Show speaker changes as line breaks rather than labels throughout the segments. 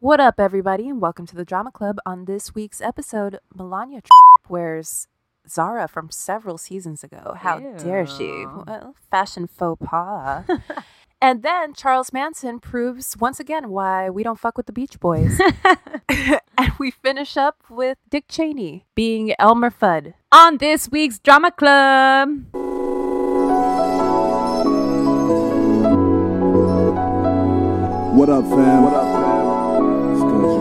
What up, everybody, and welcome to the Drama Club. On this week's episode, Melania wears Zara from several seasons ago. How dare she?
Ew.
Well, fashion faux pas. and then Charles Manson proves once again why we don't fuck with the Beach Boys. and we finish up with Dick Cheney being Elmer Fudd.
On this week's Drama Club.
What up, fam? What up, fam? It's good,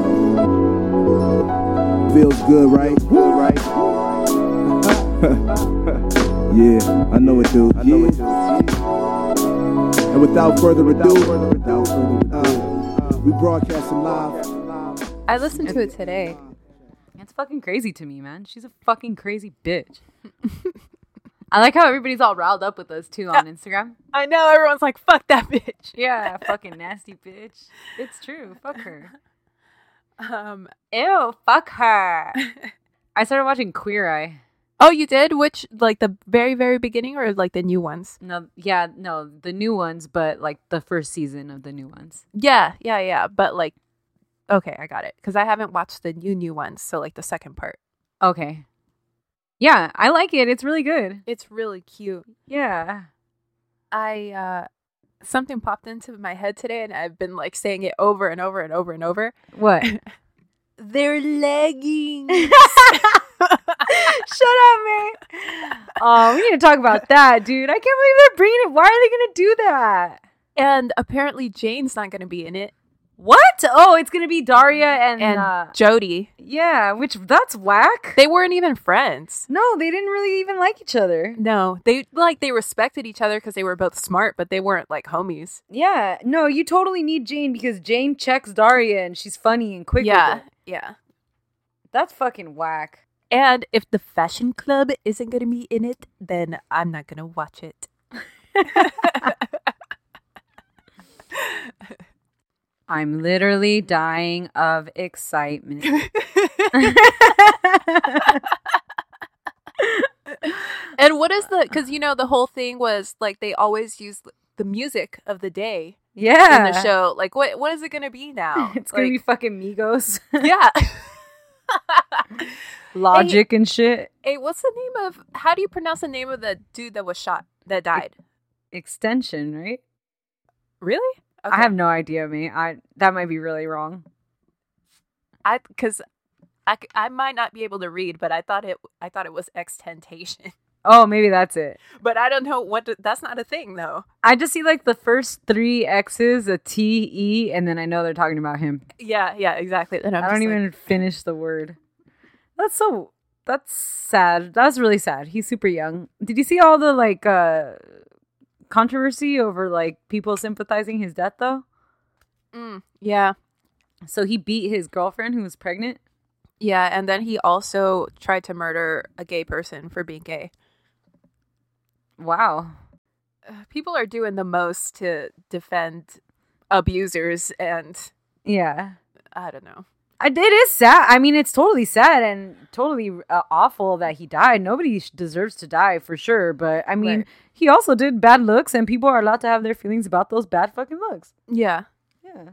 y'all. Feels good, right? Good, right? yeah, I know it, do. I know it, do. And without further ado, uh, we broadcasting live.
I listened to it today.
It's fucking crazy to me, man. She's a fucking crazy bitch. I like how everybody's all riled up with us too on Instagram.
I know everyone's like, fuck that bitch.
Yeah, fucking nasty bitch. It's true. Fuck her.
Um,
Ew, fuck her. I started watching Queer Eye.
oh, you did? Which, like, the very, very beginning or like the new ones?
No, yeah, no, the new ones, but like the first season of the new ones.
Yeah, yeah, yeah. But like, okay, I got it because I haven't watched the new new ones. So like the second part,
Okay. Yeah, I like it. It's really good.
it's really cute.
Yeah.
I uh, something popped into my head today, and I've been like saying it over and over and over and over.
What?
They're leggings.
Shut up, man. Oh, we need to talk about that, dude. I can't believe they're bringing it. Why are they going to do that?
and apparently Jane's not going to be in it,
What? Oh, it's going to be Daria and,
and
uh,
Jody.
yeah, which that's whack.
They weren't even friends.
no, they didn't really even like each other.
No, they like they respected each other because they were both smart, but they weren't like homies.
Yeah, no, you totally need Jane because Jane checks Daria and she's funny and quick. with
yeah,
it.
yeah.
That's fucking whack.
And if the fashion club isn't going to be in it, then I'm not going to watch it.
I'm literally dying of excitement.
And what is the because you know the whole thing was like they always use the music of the day
yeah.
in the show. Like what what is it going to be now?
It's going to be fucking Migos.
be yeah.
Logic and shit.
Hey, what's the name of how do you pronounce the name of the dude that was shot that died?
Extension, right?
Really?
I have no idea, mate. I that might be really wrong.
I because I, c- I might not be able to read, but I thought it I thought it was extentation.
Oh, maybe that's it.
But I don't know what to- that's not a thing though.
I just see like the first three X's, a T, E, and then I know they're talking about him.
Yeah, yeah, exactly. And I'm
I don't
just like-
even finish the word. That's so. That's sad. That's really sad. He's super young. Did you see all the like uh controversy over like people sympathizing his death though?
Mm, yeah.
So he beat his girlfriend who was pregnant.
Yeah, and then he also tried to murder a gay person for being gay.
Wow.
Uh, People are doing the most to defend abusers, and
Yeah.
I don't know.
I- Uh, It is sad. I mean, it's totally sad and totally uh, awful that he died. Nobody sh- deserves to die for sure. But I mean,
Right.
he also did bad looks, and people are allowed to have their feelings about those bad fucking looks.
Yeah,
Yeah.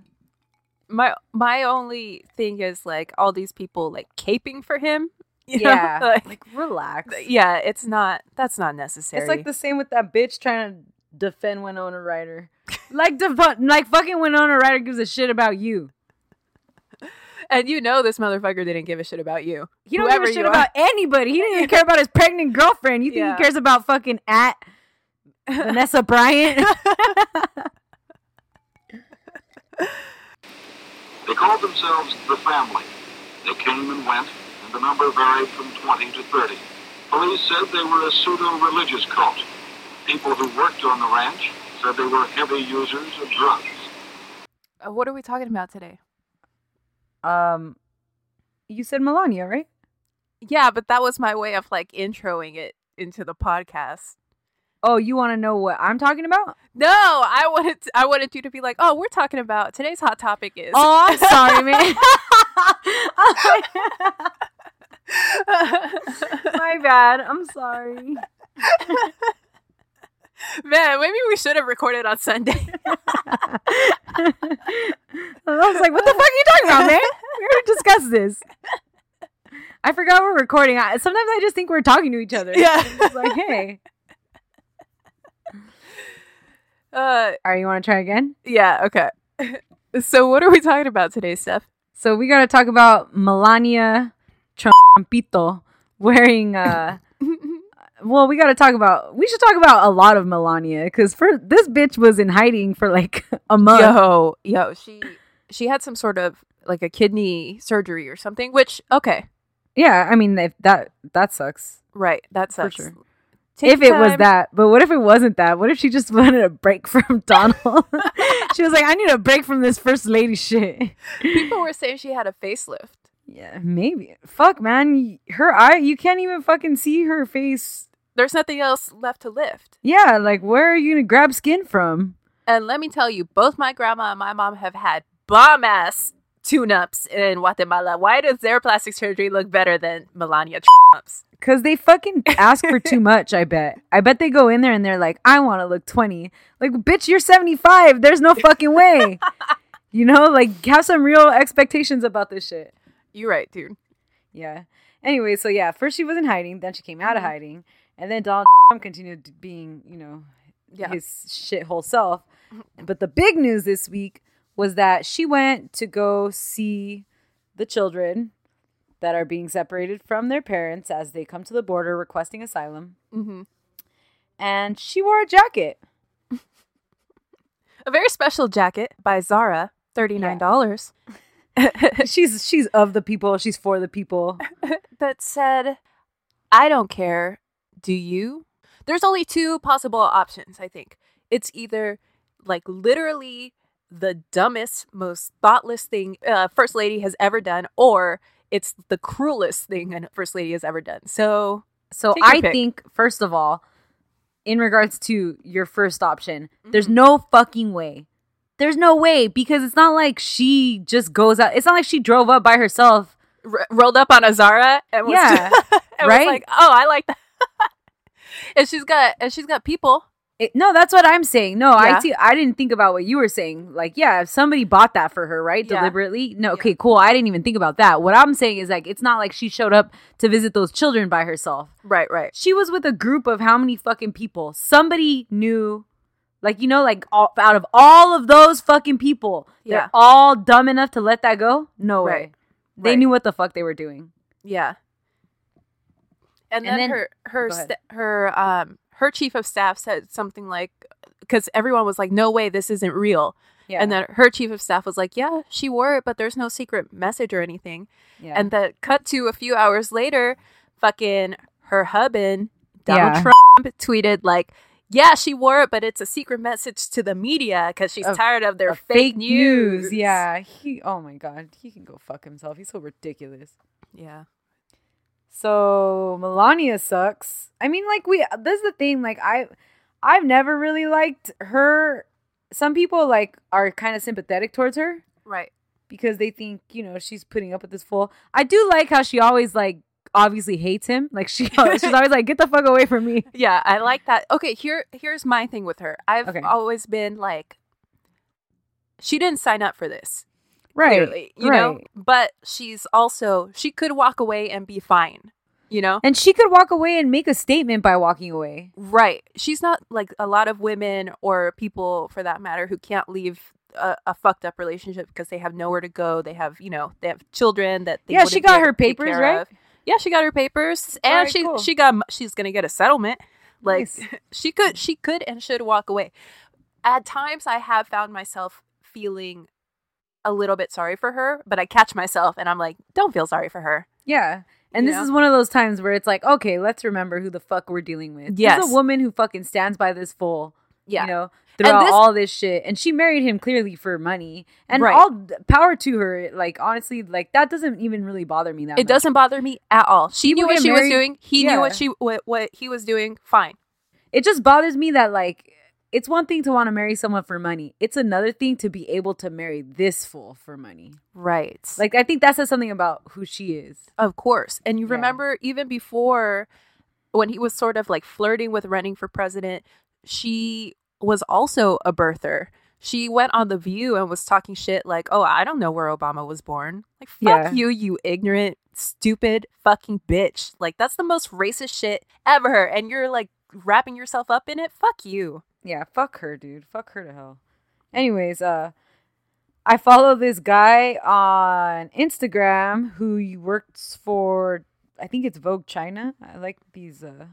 my my only thing is like all these people like caping for him. you know?
Yeah.
Like,
like, relax.
yeah, it's not. That's not necessary.
It's like the same with that bitch trying to defend Winona Ryder. like, defu- like fucking Winona Ryder gives a shit about you.
and you know this motherfucker didn't give a shit about you.
He don't
Whoever
give a shit
you are.
about anybody. He didn't even care about his pregnant girlfriend. You think
Yeah.
he cares about fucking at Vanessa Bryant?
They called themselves the family. They came and went, and the number varied from 20 to 30. Police said they were a pseudo-religious cult. People who worked on the ranch said they were heavy users of drugs.
Uh, What are we talking about today?
um, you said Melania, right?
Yeah, but that was my way of like introing it into the podcast.
Oh, you want to know what I'm talking about?
No, I wanted to, I wanted you to be like, oh, we're talking about today's hot topic is.
Oh, I'm sorry, man. My bad. I'm sorry.
Man, maybe we should have recorded on Sunday.
I was like, what the fuck are you talking about, man? We already discussed this. I forgot we're recording. I, sometimes I just think we're talking to each other.
yeah.
It's like, hey.
Uh,
All right, you want to try again?
yeah. Okay. so what are we talking about today, Steph?
So we got to talk about Melania Trumpito wearing. uh Well, we got to talk about. We should talk about a lot of Melania because for this bitch was in hiding for like a month.
yo, yo, she she had some sort of like a kidney surgery or something. Which okay,
Yeah, I mean if that that sucks.
right. That sucks.
sure.
Take
if
your
it was
time.
that, but what if it wasn't that? What if she just wanted a break from Donald? she was like, I need a break from this first lady shit.
people were saying she had a facelift.
Yeah, maybe. Fuck, man. Her eye, you can't even fucking see her face.
There's nothing else left to lift.
Yeah, like where are you gonna grab skin from?
And let me tell you, both my grandma and my mom have had bomb ass tune ups in Guatemala. Why does their plastic surgery look better than Melania ups?
Cause they fucking ask for too much, I bet. I bet they go in there and they're like, I wanna look 20. Like, bitch, you're 75. There's no fucking way. you know, like have some real expectations about this shit.
You're right, dude.
Yeah. Anyway, so yeah, first she was in hiding, then she came out of hiding, and then Donald Trump continued being, you know,
Yeah.
his shithole self. But the big news this week was that she went to go see the children that are being separated from their parents as they come to the border requesting asylum.
hmm
And she wore a jacket.
A very special jacket by Zara, $39,
she's she's of the people. She's for the people.
that said, I don't care. Do you? There's only two possible options, I think. It's either like literally the dumbest, most thoughtless thing uh, First Lady has ever done, or it's the cruelest thing a First Lady has ever done. So
So
Take your
I
pick.
think, first of all, in regards to your first option, there's
Mm-hmm.
no fucking way. There's no way because it's not like she just goes out. It's not like she drove up by herself.
r- rolled up on Azara and was,
Yeah,
and was
right?
like, "Oh, I like that." and she's got and she's got people.
It- no, that's what I'm saying. No,
Yeah.
I see. I didn't think about what you were saying. Like, yeah, if somebody bought that for her, right,
Yeah.
deliberately. No, okay, cool. I didn't even think about that. What I'm saying is like, it's not like she showed up to visit those children by herself.
Right, right.
She was with a group of how many fucking people? Somebody knew, like you know, like all, out of all of those fucking people,
Yeah.
they're all dumb enough to let that go. No
Right.
way. They
Right.
knew what the fuck they were doing.
Yeah. And
And
then,
then-
her her
go ahead.
st- her um her chief of staff said something like because everyone was like, "No way, this isn't real."
Yeah,
And then her chief of staff was like, "Yeah, she wore it, but there's no secret message or anything."
yeah.
And the cut to a few hours later, fucking her hubbin, Donald
Yeah.
Trump tweeted like, "Yeah, she wore it, but it's a secret message to the media because she's
Of-
tired of their
Of
fake, news.
Yeah, he. Oh my god, he can go fuck himself. He's so ridiculous.
yeah,
So Melania sucks. I mean, like we. This is the thing. Like I, I've never really liked her. Some people like are kind of sympathetic towards her.
right.
because they think you know she's putting up with this fool. I do like how she always like obviously hates him. Like she she's always like get the fuck away from me.
Yeah, I like that. Okay, here here's my thing with her. I've
Okay.
always been like, she didn't sign up for this,
Right.
clearly, you know. But she's also she could walk away and be fine, you know.
And she could walk away and make a statement by walking away.
Right. She's not like a lot of women or people for that matter who can't leave a, a fucked up relationship because they have nowhere to go. They have, you know, they have children that they
Yeah, she
wouldn't be
got
able
her
to take
papers,
care
right?
of. Yeah, she got her papers and
Alright,
she
cool.
she got mo- she's going to get a settlement. Like
Nice.
she could she could and should walk away. At times I have found myself feeling a little bit sorry for her, but I catch myself and I'm like, don't feel sorry for her.
Yeah. And
You
this
know?
is one of those times where it's like, okay, let's remember who the fuck we're dealing with. This
Yes.
is a woman who fucking stands by this fool.
Yeah.
You know, throughout
this-
all this shit. And she married him clearly for money. And
Right.
all th- power to her. Like, honestly, like that doesn't even really bother me that
It
much.
doesn't bother me at all. She
People
knew what
get
she was
married-
doing. He
Yeah.
knew what she what, what he was doing. Fine.
it just bothers me that like it's one thing to want to marry someone for money. It's another thing to be able to marry this fool for money.
Right. Like
Like I think that says something about who she is.
of course. And you
Yeah.
remember even before when he was sort of like flirting with running for president, she was also a birther. She went on The View and was talking shit like, oh, I don't know where Obama was born. Like, fuck
Yeah.
you, you ignorant, stupid fucking bitch. Like, that's the most racist shit ever. And you're like wrapping yourself up in it. Fuck you.
Yeah, fuck her, dude. Fuck her to hell. Anyways, uh I follow this guy on Instagram who y- works for I think it's Vogue China. I like these uh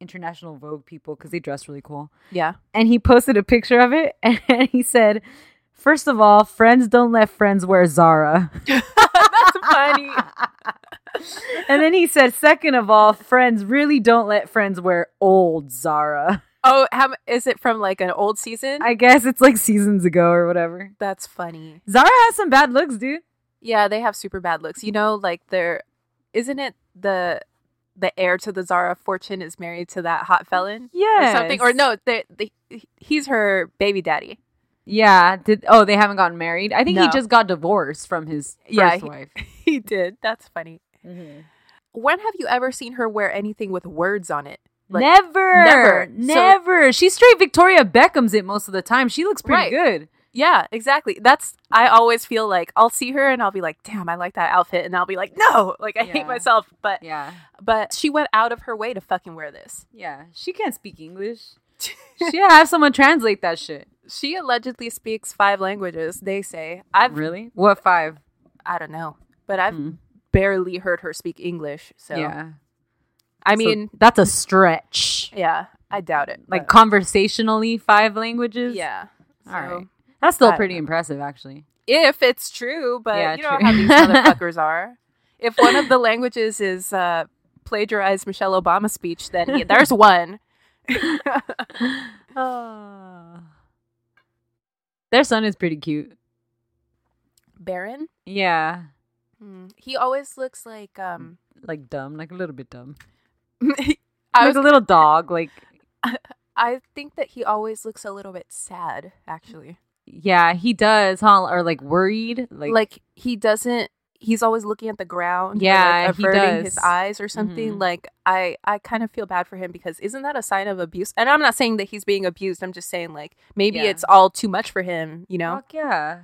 international Vogue people cuz they dress really cool.
Yeah.
And he posted a picture of it and he said, "First of all, friends don't let friends wear Zara."
that's funny.
and then he said, "Second of all, friends really don't let friends wear old Zara."
Oh, how, m- is it from like an old season?
I guess it's like seasons ago or whatever.
that's funny.
Zara has some bad looks, dude.
Yeah, they have super bad looks. You know, like they're isn't it the the heir to the Zara fortune is married to that hot felon
Yeah.
or something? Or no, they, they, he's her baby daddy.
Yeah. Did oh they haven't gotten married? I think he
No.
just got divorced from his first
Yeah, he- Mm-hmm.
wife.
He did. That's funny. When have you ever seen her wear anything with words on it? Like,
never,
never.
never,
So-
never. She's straight Victoria Beckham's it most of the time. She looks pretty
Right.
good.
Yeah, exactly. That's I always feel like I'll see her and I'll be like, "Damn, I like that outfit," and I'll be like, "No, like I
Yeah.
hate myself." But
Yeah,
but she went out of her way to fucking wear this.
yeah. She can't speak English. she have someone translate that shit.
She allegedly speaks five languages. They say I've
Really? What five?
I don't know, but I've
Mm.
barely heard her speak English. So
Yeah.
I
I
mean,
mean, that's a stretch.
yeah, I doubt it.
Like
but-
conversationally, five languages.
yeah.
All right.
So,
That's still
I-
pretty impressive, actually.
If it's true, but
Yeah,
you know
true.
how these motherfuckers are. If one of the languages is uh, plagiarized Michelle Obama speech, then yeah, there's one.
Ah. Their son is pretty cute.
Baron,
Yeah.
Hmm. he always looks like um.
Like dumb, like a little bit dumb.
I
like
was,
a little dog, like
I think that he always looks a little bit sad, actually.
yeah, he does, huh? Or like worried, like,
Like, he doesn't. He's always looking at the ground. or,
Yeah,
like
he
averting
does.
his eyes or something.
Mhm.
Like I, I kind of feel bad for him because isn't that a sign of abuse? And I'm not saying that he's being abused. I'm just saying like maybe
Yeah.
it's all too much for him. You know?
fuck yeah.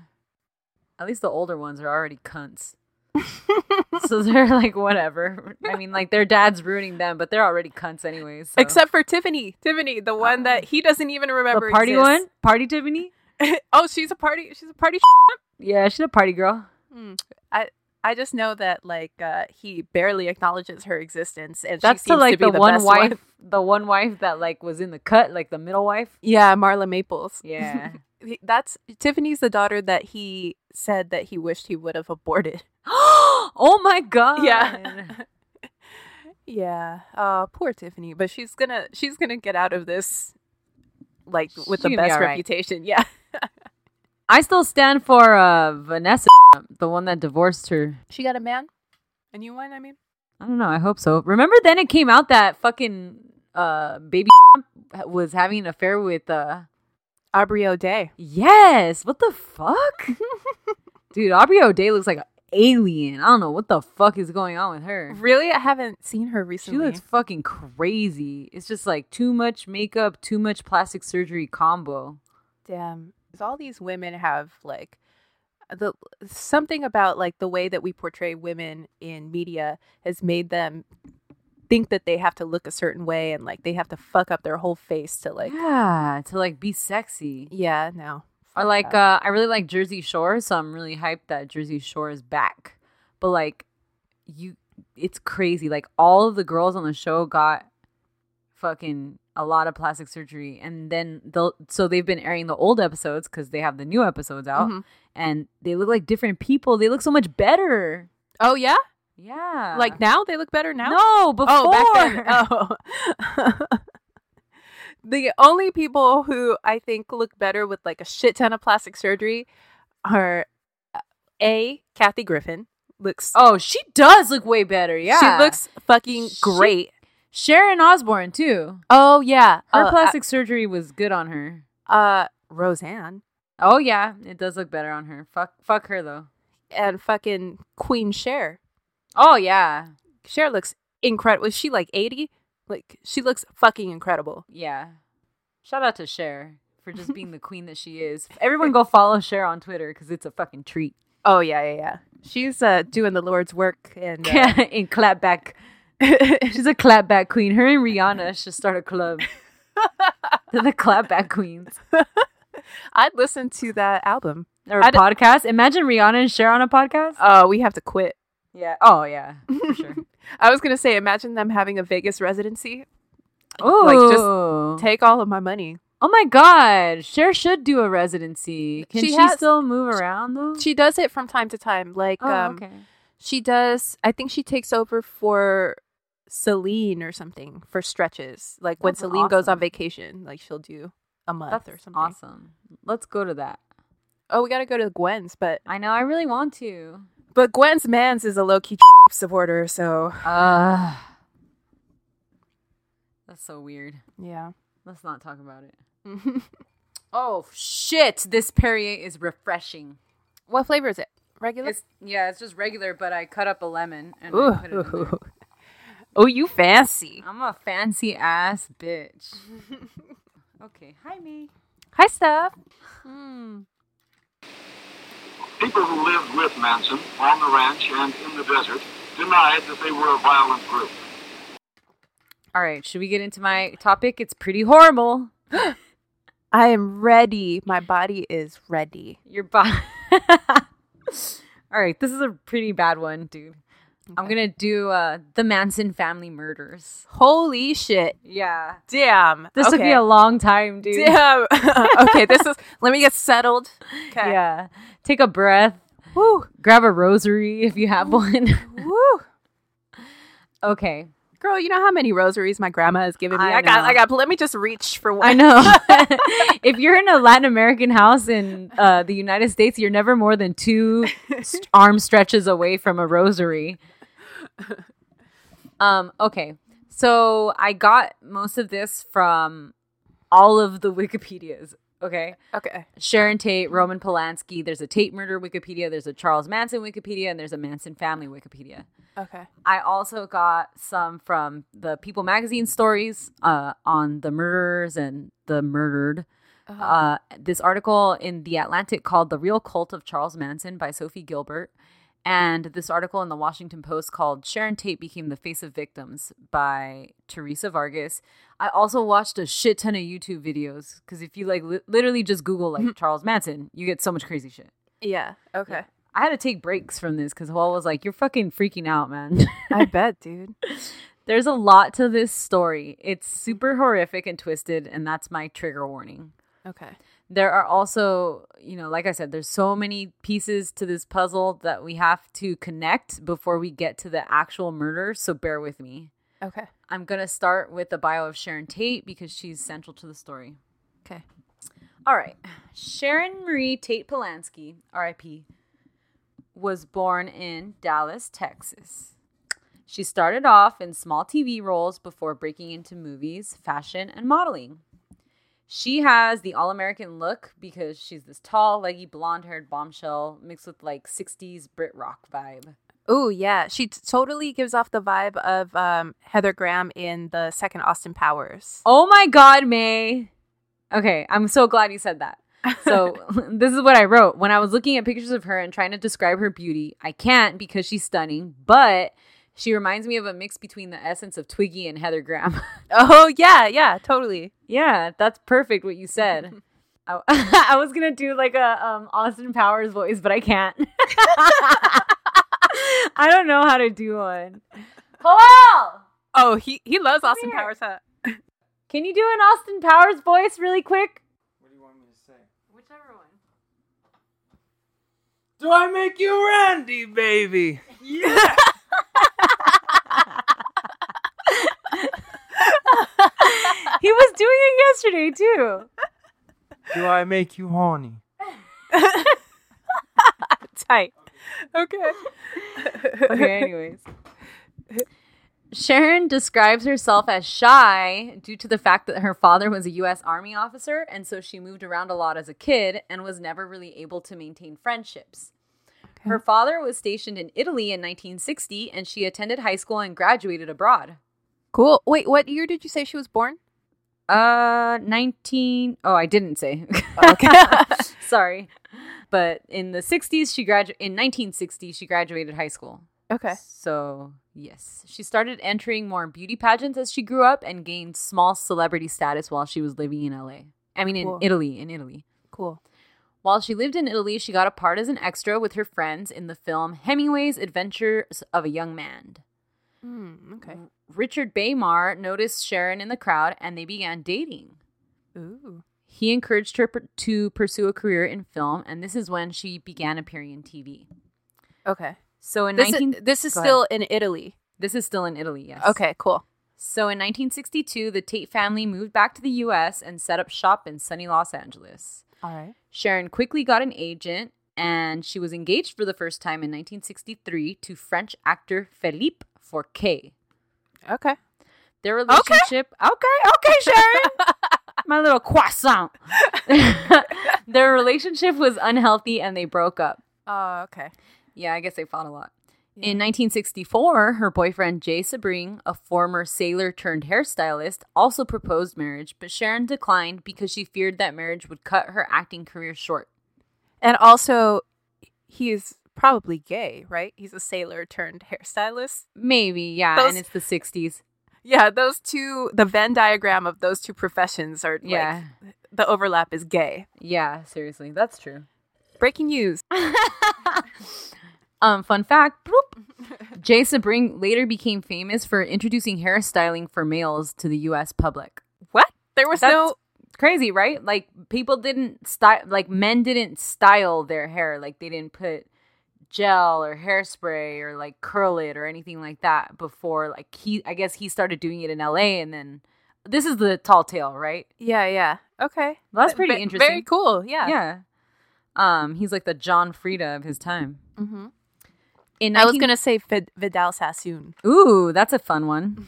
At least the older ones are already cunts. so they're like whatever. I mean, like their dad's ruining them, but they're already cunts anyways. so.
Except for Tiffany, Tiffany, the one
Uh,
that he doesn't even
the
remember.
party one,
exists.
party Tiffany.
oh, she's a party. She's a party.
Yeah, she's a party girl.
Hmm. I I just know that like uh, he barely acknowledges her existence, and
That's
she seems
to like
be
the, one
best
wife, the one wife that like was in the cut, like the middle wife.
Yeah, Marla Maples.
Yeah.
He- That's Tiffany's the daughter that he said that he wished he would have aborted.
oh my god.
Yeah. Yeah. Uh poor Tiffany, but she's gonna she's gonna get out of this like with
She's
the
gonna be
best
all right.
reputation. Yeah.
I still stand for uh Vanessa, the one that divorced her.
She got a man? A new one, I mean?
I don't know. I hope so. Remember then it came out that fucking uh baby was having an affair with uh
Aubrey O'Day.
yes. What the fuck, dude? Aubrey O'Day looks like an alien. I don't know what the fuck is going on with her.
Really? I haven't seen her
She
recently.
looks fucking crazy. It's just like too much makeup, too much plastic surgery combo.
Damn. 'Cause all these women have like the something about like the way that we portray women in media has made them think that they have to look a certain way and like they have to fuck up their whole face to like
yeah, to like be sexy.
yeah, no.
Or like uh I really like Jersey Shore, so I'm really hyped that Jersey Shore is back. But like you it's crazy. Like all of the girls on the show got fucking a lot of plastic surgery and then they'll so they've been airing the old episodes cuz they have the new episodes out
Mhm.
and they look like different people. They look so much better.
Oh yeah?
Yeah.
Like now they look better now?
No, before.
Oh, back then. Oh. the only people who I think look better with like a shit ton of plastic surgery are uh, A, Kathy Griffin looks
Oh, she does look way better. Yeah.
She looks fucking
She-
great.
Sharon Osbourne too.
Oh yeah.
Her
Uh,
plastic surgery was good on her.
uh, uh Roseanne
Oh yeah, it does look better on her. Fuck fuck her though.
and fucking Queen Cher.
Oh yeah.
Cher looks incredible. Is she like 80? Like she looks fucking incredible.
Yeah. Shout out to Cher for just being the queen that she is. Everyone go follow Cher on Twitter because it's a fucking treat.
Oh yeah, yeah, yeah. She's uh, doing the Lord's work, and uh,
In clapback. She's a clapback queen. Her and Rihanna should start a club. They're the clapback queens.
I'd listen to that album.
Or
I
a
d-
podcast. Imagine Rihanna and Cher on a podcast.
Oh, we have to quit.
yeah. Oh, yeah. For sure.
I was gonna say, imagine them having a Vegas residency.
Oh,
just Take all of my money.
oh my God. Cher should do a residency. Can
She
she,
has-
still move around though?
She does it from time to time. Like,
oh,
um,
okay.
she does. I think she takes over for Celine or something for stretches. Like when
That's
Celine goes
awesome.
on vacation, like she'll do a month
That's
or something.
awesome. Let's go to that.
Oh, we gotta go to Gwen's, but
I know. I really want to.
but Gwen's man's is a low key supporter, so
Uh, that's so weird.
yeah.
Let's not talk about it. Oh shit! This Perrier is refreshing.
what flavor is it? Regular.
It's yeah, it's just regular, but I cut up a lemon and I put it in there.
Ooh. Oh, you fancy.
I'm a fancy ass bitch. okay, hi me.
Hi, Steph.
People who lived with Manson on the ranch and in the desert denied that they were a violent group.
All right, should we get into my topic? It's pretty horrible.
I am ready. My body is ready.
Your body. All right, this is a pretty bad one, dude. I'm gonna do uh, the Manson family murders.
Holy shit.
Yeah,
Damn.
this took me a long time, dude.
Damn. okay, this is. Let me get settled. Okay.
Yeah, take a breath.
Woo.
Grab a rosary if you have one.
Woo.
okay,
Girl, you know how many rosaries my grandma has given me? I,
I
got,
know.
I got, let me just reach for one.
I know. if you're in a Latin American house in uh, the United States, you're never more than two st- arm stretches away from a rosary. Um, okay. So I got most of this from all of the Wikipedias. Okay.
Okay.
Sharon Tate, Roman Polanski. There's a Tate murder Wikipedia. There's a Charles Manson Wikipedia. And there's a Manson family Wikipedia.
Okay.
I also got some from the People magazine stories uh, on the murderers and the murdered. Uh, this article in The Atlantic called The Real Cult of Charles Manson by Sophie Gilbert. And this article in the Washington Post called Sharon Tate Became the Face of Victims by Teresa Vargas. I also watched a shit ton of YouTube videos because if you like li- literally just Google like Charles Manson, you get so much crazy shit.
Yeah. Okay.
I had to take breaks from this because Wall was like, You're fucking freaking out, man.
I bet, dude.
There's a lot to this story. It's super horrific and twisted, and that's my trigger warning.
Okay.
There are also, you know, like I said, there's so many pieces to this puzzle that we have to connect before we get to the actual murder, so bear with me.
Okay.
I'm going to start with the bio of Sharon Tate because she's central to the story.
Okay.
All right. Sharon Marie Tate Polanski, RIP, was born in Dallas, Texas. She started off in small TV roles before breaking into movies, fashion, and modeling. She has the all American look because she's this tall, leggy, blonde haired bombshell mixed with like 60s Brit rock vibe.
Oh yeah, she t- totally gives off the vibe of um, Heather Graham in the second Austin Powers.
Oh my God, May. Okay, I'm so glad you said that. So, this is what I wrote. When I was looking at pictures of her and trying to describe her beauty, I can't because she's stunning, but she reminds me of a mix between the essence of Twiggy and Heather Graham.
Oh yeah, yeah, totally.
yeah, that's perfect what you said. I, I was going to do like a um, Austin Powers voice, but I can't. I don't know how to do one. Hello!
Oh, he he loves Austin
here.
Powers. Huh?
Can you do an Austin Powers voice really quick?
What do you want me to say?
Whichever one.
Do I make you Randy, baby?
he was doing it yesterday too.
Do I make you horny?
Tight. Okay.
Okay, anyways. Sharon describes herself as shy due to the fact that her father was a U.S. Army officer, and so she moved around a lot as a kid and was never really able to maintain friendships. Her father was stationed in Italy in 1960, and she attended high school and graduated abroad.
Cool. Wait, what year did you say she was born?
Uh, 19. Oh, I didn't say.
Okay.
Sorry. But in the 60s, she gradu- in 1960, she graduated high school.
okay.
So, yes. She started entering more beauty pageants as she grew up and gained small celebrity status while she was living in LA. I mean, in
Cool.
Italy, in Italy.
Cool.
While she lived in Italy, she got a part as an extra with her friends in the film Hemingway's Adventures of a Young Man.
Mm, okay.
Richard Baymar noticed Sharon in the crowd and they began dating.
Mm, Ooh.
He encouraged her per- to pursue a career in film, and this is when she began appearing in TV.
Okay.
So in
This
19
is, this is
Go
still in Italy.
this is still in Italy, yes.
Okay, cool.
So in 1962, the Tate family moved back to the U.S. and set up shop in sunny Los Angeles.
All right.
Sharon quickly got an agent, and she was engaged for the first time in 1963 to French actor Philippe Forquet.
Okay.
Their relationship. Okay, okay, Sharon. My little croissant. Their relationship was unhealthy and they broke up.
Oh, okay.
Yeah, I guess they fought a lot. In 1964, her boyfriend Jay Sabring, a former sailor turned hairstylist, also proposed marriage, but Sharon declined because she feared that marriage would cut her acting career short.
And also, he is probably gay, right? He's a sailor turned hairstylist.
Maybe, yeah,
Those-
and it's the 60s.
Yeah, those two, the Venn diagram of those two professions are
Yeah.
like the overlap is gay.
Yeah, seriously, that's true.
Breaking news.
Um, fun fact, bloop. Jay Sabring later became famous for introducing hairstyling for males to the U.S. public.
What? There was
That's
no.
crazy, right? Like people didn't style, like men didn't style their hair, like they didn't put gel or hairspray or like curl it or anything like that before. Like he, I guess he started doing it in L.A. and then this is the tall tale, right?
Yeah, yeah. Okay.
Well, that's pretty
Ve-
interesting.
Very cool. Yeah.
Yeah. Um, he's like the John Frieda of his time.
hmm
In
I was
19
going to say Fid- Vidal Sassoon.
Ooh, that's a fun one.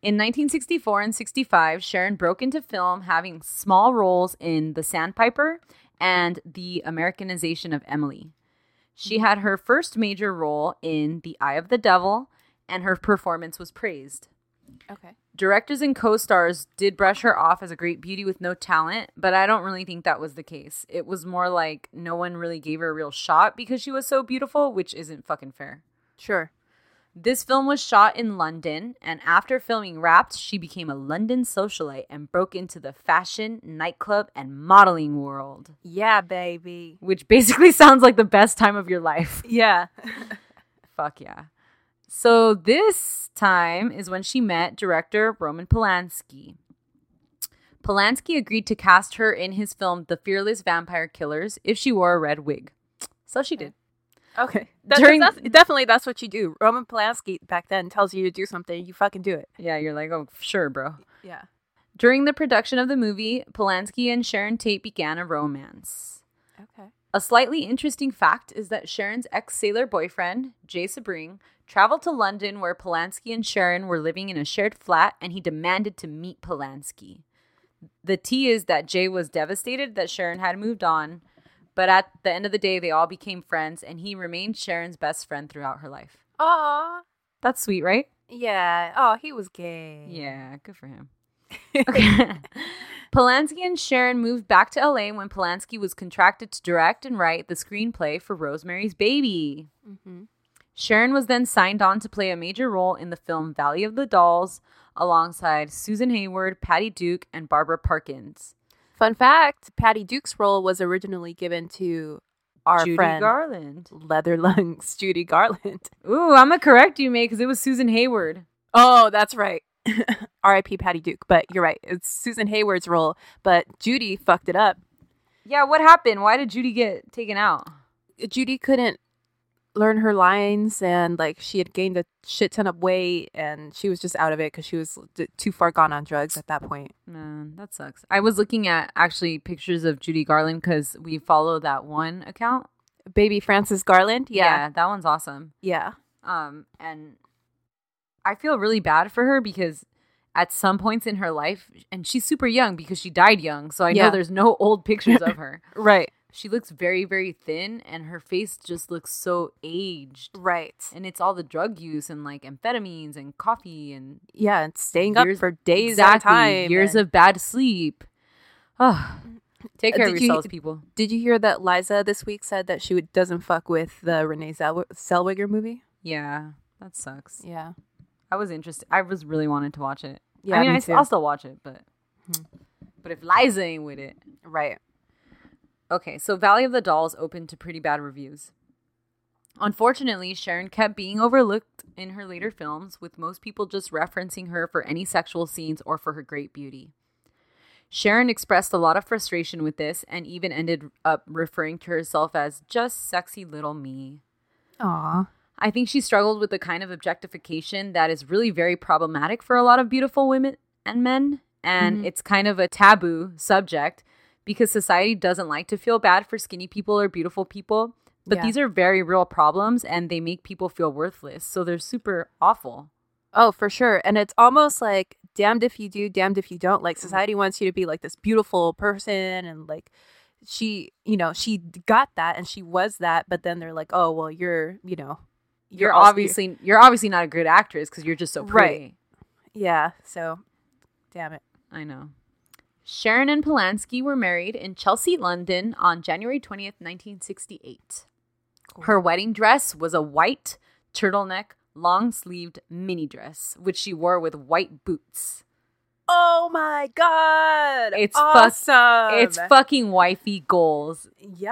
In 1964 and 65, Sharon broke into film having small roles in The Sandpiper and The Americanization of Emily. She had her first major role in The Eye of the Devil, and her performance was praised.
Okay.
Directors and co stars did brush her off as a great beauty with no talent, but I don't really think that was the case. It was more like no one really gave her a real shot because she was so beautiful, which isn't fucking fair.
Sure.
This film was shot in London, and after filming Wrapped, she became a London socialite and broke into the fashion, nightclub, and modeling world,
Yeah, baby.
which basically sounds like the best time of your life.
Yeah.
Fuck yeah. So this time is when she met director Roman Polanski. Polanski agreed to cast her in his film The Fearless Vampire Killers if she wore a red wig. So she did.
Okay. That,
During-
that's, definitely, that's what you do. Roman Polanski back then tells you to do something, you fucking do it.
Yeah, you're like, oh, sure, bro.
Yeah.
During the production of the movie, Polanski and Sharon Tate began a romance.
Okay.
A slightly interesting fact is that Sharon's ex sailor boyfriend, Jay Sabring, traveled to London where Polanski and Sharon were living in a shared flat and he demanded to meet Polanski. The tea is that Jay was devastated that Sharon had moved on, but at the end of the day, they all became friends and he remained Sharon's best friend throughout her life.
Aw.
That's sweet, right?
Yeah. Oh, he was gay.
Yeah, good for him. Okay. Polanski and Sharon moved back to LA when Polanski was contracted to direct and write the screenplay for Rosemary's Baby.
Mhm.
Sharon was then signed on to play a major role in the film Valley of the Dolls alongside Susan Hayward, Patty Duke, and Barbara Parkins.
Fun fact Patty Duke's role was originally given to our
Judy
friend,
Garland.
Leather Lungs, Judy Garland.
Ooh, I'm going to correct you, May, because it was Susan Hayward.
Oh, that's right. R.I.P. Patty Duke, but you're right. It's Susan Hayward's role, but Judy fucked it up.
Yeah, what happened? Why did Judy get taken out?
Judy couldn't learn her lines and like she had gained a shit ton of weight and she was just out of it because she was d- too far gone on drugs at that point.
Man, that sucks. I was looking at actually pictures of Judy Garland because we follow that one account.
Baby Frances Garland? Yeah.
that one's awesome.
Yeah.
Um, and I feel really bad for her because at some points in her life, and she's super young because she died young, so I
Yeah.
know there's no old pictures of her.
Right.
She looks very, very thin, and her face just looks so aged.
Right.
And it's all the drug use and like amphetamines and coffee and
Yeah, and staying up
Years-
for days
exactly,
at a time.
years
and-
of bad sleep. Oh, take care
Did
of
you-
yourselves, people.
Did you hear that Liza this week said that she would, doesn't fuck with the Renee Zellwe- Zellweger movie?
Yeah, that sucks.
Yeah.
I was interested. I was really wanted to watch it.
Yeah,
I mean,
me
I, s-
too.
I'll still watch it, but but if Liza ain't with it,
Right.
Okay, so Valley of the Dolls opened to pretty bad reviews. Unfortunately, Sharon kept being overlooked in her later films, with most people just referencing her for any sexual scenes or for her great beauty. Sharon expressed a lot of frustration with this and even ended up referring to herself as just sexy little me.
Aw.
I think she struggled with the kind of objectification that is really very problematic for a lot of beautiful women and men. And
Mm-hmm.
it's kind of a taboo subject because society doesn't like to feel bad for skinny people or beautiful people. But
Yeah.
these are very real problems and they make people feel worthless. So they're super awful.
Oh, for sure. And it's almost like damned if you do, damned if you don't. Like
Mm-hmm.
society wants you to be like this beautiful person and like she, you know, she got that and she was that, but then they're like, "Oh, well, you're, you know,
You're,
also-
obviously you're obviously not a good actress because you're just so
Right.
pretty.
Yeah, so damn it.
I know. Sharon and Polanski were married in Chelsea, London on January 20th, 1968. Her wedding dress was a white turtleneck, long sleeved mini dress, which she wore with white boots.
Oh my god.
It's fuck-
awesome.
it's fucking wifey goals.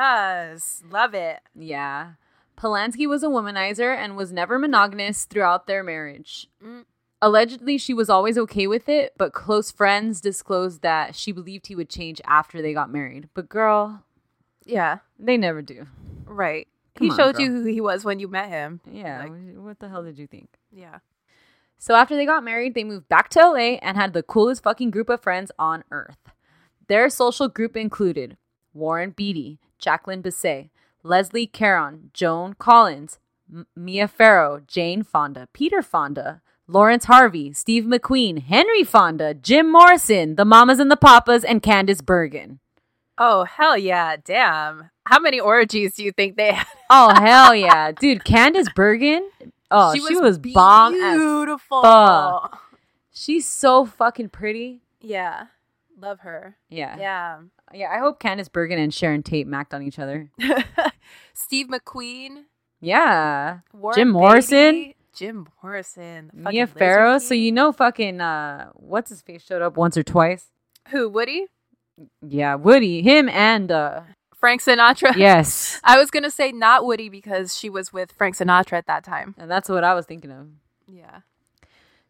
Yes, love it.
Yeah. Polanski was a womanizer and was never monogamous throughout their marriage.
Mm.
Allegedly, she was always okay with it, but close friends disclosed that she believed he would change after they got married. But girl,
Yeah,
they never do.
right.
Come
he
on,
showed
girl.
you who he was when you met him.
Yeah.
Like-
wh- what the hell did you think?
Yeah.
So after they got married, they moved back to LA and had the coolest fucking group of friends on earth. Their social group included Warren Beatty, Jacqueline Bisset, Leslie Caron, Joan Collins, M- Mia Farrow, Jane Fonda, Peter Fonda, Lawrence Harvey, Steve McQueen, Henry Fonda, Jim Morrison, the Mamas and the Papas, and Candace Bergen.
Oh, hell yeah. Damn. How many orgies do you think they had?
Oh hell yeah, dude! Candace Bergen. Oh, she was, bomb as
beautiful.
fuck. She's so fucking pretty.
Yeah. Love her.
Yeah. yeah.
Yeah.
I hope Candace Bergen and Sharon Tate macked on each other.
Steve McQueen,
Yeah.
Warren
Jim Morrison?
Beatty, Jim Morrison. the fucking
Mia
Lizard
Farrow. So
King.
you know fucking uh what's his face showed up once or twice.
who? Woody?
Yeah, Woody, him and uh
Frank Sinatra?
Yes.
I was going to say not Woody because she was with Frank Sinatra at that time.
And that's what I was thinking of.
Yeah.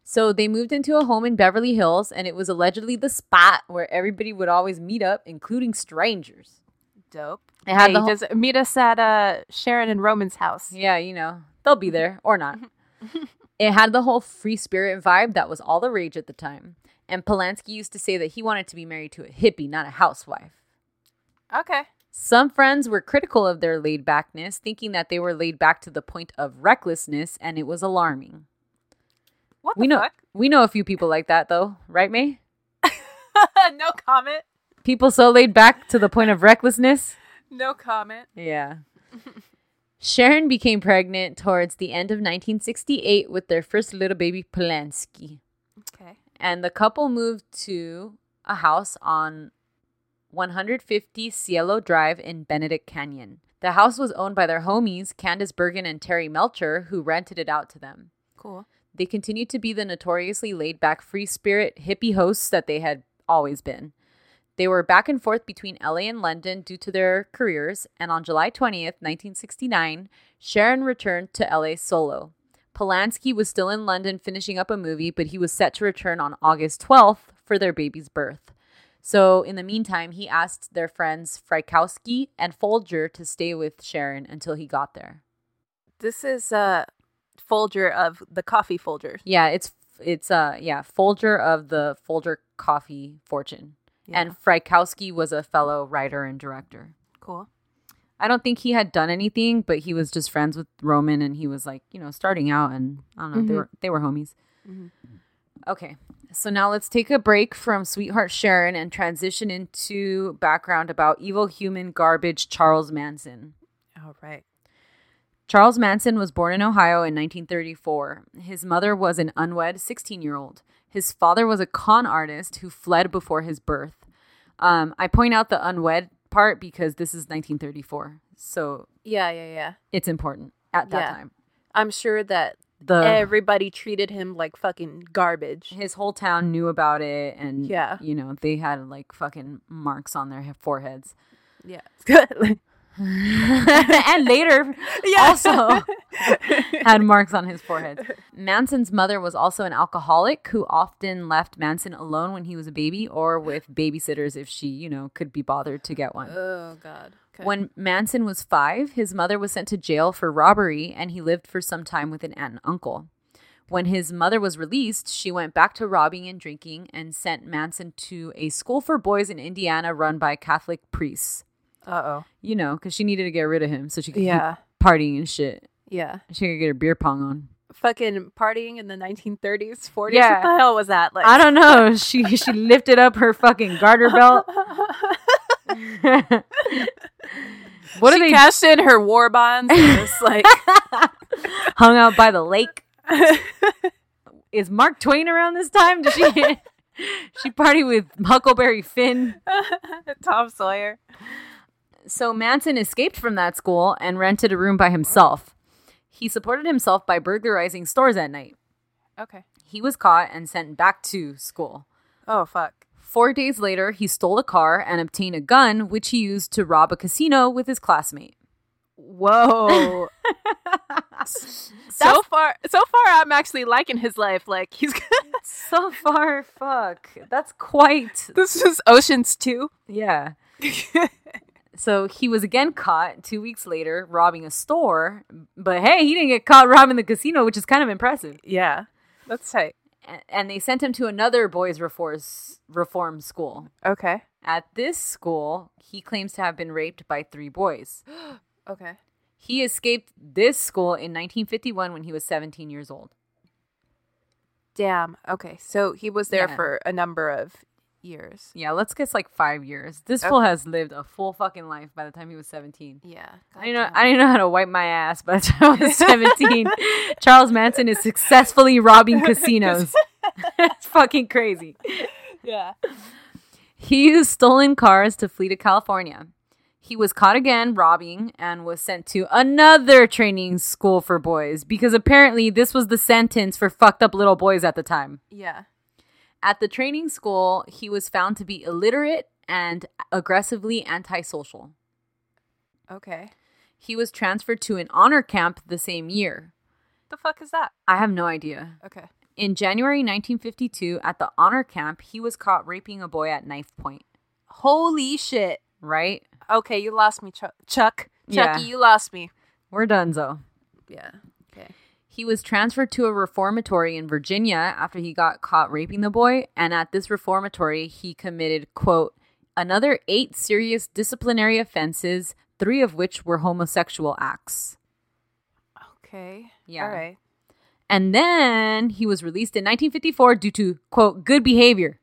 So they moved into a home in Beverly Hills and it was allegedly the spot where everybody would always meet up, including strangers.
Dope.
It had
Hey,
the whole-
just meet us at uh, Sharon and Roman's house.
Yeah, you know, they'll be there or not. it had the whole free spirit vibe that was all the rage at the time. And Polanski used to say that he wanted to be married to a hippie, not a housewife.
Okay.
Some friends were critical of their laid backness, thinking that they were laid back to the point of recklessness, and it was alarming.
What
we
the
know
fuck?
we know a few people like that though, right, May?
no comment.
People so laid back to the point of recklessness.
No comment.
Yeah. Sharon became pregnant towards the end of 1968 with their first little baby Polanski.
Okay.
and the couple moved to a house on 150 Cielo Drive in Benedict Canyon. The house was owned by their homies, Candace Bergen and Terry Melcher, who rented it out to them.
Cool.
They continued to be the notoriously laid back, free spirit, hippie hosts that they had always been. They were back and forth between LA and London due to their careers, and on July 20th, 1969, Sharon returned to LA solo. Polanski was still in London finishing up a movie, but he was set to return on August 12th for their baby's birth. So, in the meantime, he asked their friends Frykowski and Folger to stay with Sharon until he got there.
This is uh Folger of the coffee Folger.
Yeah, it's it's uh yeah, Folger of the Folger Coffee Fortune. And Frykowski was a fellow writer and director.
cool.
I don't think he had done anything, but he was just friends with Roman and he was like, you know, starting out and I don't know, they
Mhm.
were they were homies.
Mhm.
Okay. So now let's take a break from Sweetheart Sharon and transition into background about evil human garbage Charles Manson.
All right.
Charles Manson was born in Ohio in 1934. His mother was an unwed 16 year old. His father was a con artist who fled before his birth. Um, I point out the unwed part because this is 1934. So
Yeah, yeah, yeah.
it's important at that
Yeah.
time.
I'm sure that
The
everybody treated him like fucking garbage.
his whole town knew about it and
Yeah.
you know, they had like fucking marks on their he- foreheads.
Yeah.
and later also had marks on his forehead. Manson's mother was also an alcoholic who often left Manson alone when he was a baby or with babysitters if she, you know, could be bothered to get one.
oh god.
When Manson was five, his mother was sent to jail for robbery and he lived for some time with an aunt and uncle. When his mother was released, she went back to robbing and drinking and sent Manson to a school for boys in Indiana run by Catholic priests.
Uh-oh.
You know, because she needed to get rid of him so she could
Yeah.
keep partying and shit.
Yeah.
She could get her beer pong on.
Fucking partying in the 1930s, 40s.
Yeah.
What the hell was that? Like
I don't know. She she lifted up her fucking garter belt. what
she
are they
cashed in her war bonds and was like
hung out by the lake. Is Mark Twain around this time? Did she she party with Huckleberry Finn?
Tom Sawyer.
So Manson escaped from that school and rented a room by himself. He supported himself by burglarizing stores at night.
Okay.
He was caught and sent back to school.
Oh fuck.
Four days later, he stole a car and obtained a gun, which he used to rob a casino with his classmate.
Whoa. so far so far I'm actually liking his life. Like he's
So far, fuck. That's quite
This is Oceans 2.
Yeah. so he was again caught two weeks later robbing a store, but hey, he didn't get caught robbing the casino, which is kind of impressive.
Yeah. That's tight.
A- And they sent him to another boys' reforce, reform school.
Okay.
At this school, he claims to have been raped by three boys.
Okay.
He escaped this school in 1951 when he was 17 years old.
Damn. Okay. So he was there
Yeah.
for a number of years.
Yeah, let's guess like five years. This fool has lived a full fucking life by the time he was 17.
Yeah.
I didn't know I didn't know how to wipe my ass by the time I was seventeen. Charles Manson is successfully robbing casinos. it's fucking crazy.
Yeah.
He used stolen cars to flee to California. He was caught again robbing and was sent to another training school for boys because apparently this was the sentence for fucked up little boys at the time.
Yeah.
At the training school, he was found to be illiterate and aggressively antisocial.
Okay.
He was transferred to an honor camp the same year.
The fuck is that?
I have no idea.
Okay.
In January 1952, at the honor camp, he was caught raping a boy at knife point,
Holy shit.
right?
Okay, you lost me, Chuck. Chuck.
Yeah.
Chucky, you lost me.
We're donezo.
Yeah. Okay.
He was transferred to a reformatory in Virginia after he got caught raping the boy, and at this reformatory, he committed, quote, another eight serious disciplinary offenses, three of which were homosexual acts.
Okay.
Yeah.
All right.
And then he was released in 1954 due to, quote, good behavior.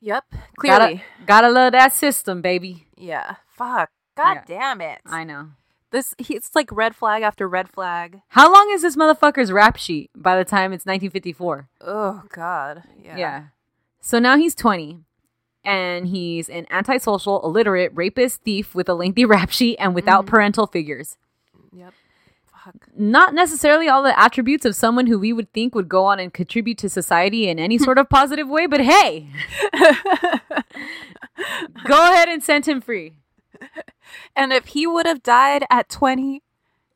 Yep.
Gotta-
Clearly.
gotta love that system, baby.
Yeah. Fuck. God
Yeah.
damn it.
I know.
this he, it's like red flag after red flag.
How long is this motherfucker's rap sheet by the time it's 1954?
Oh God. Yeah.
So now he's 20 and he's an antisocial, illiterate, rapist, thief with a lengthy rap sheet and without parental figures.
Mm-hmm. Yep. Fuck.
Not necessarily all the attributes of someone who we would think would go on and contribute to society in any sort of positive way, but hey, go ahead and send him free.
And if he would have died at twenty,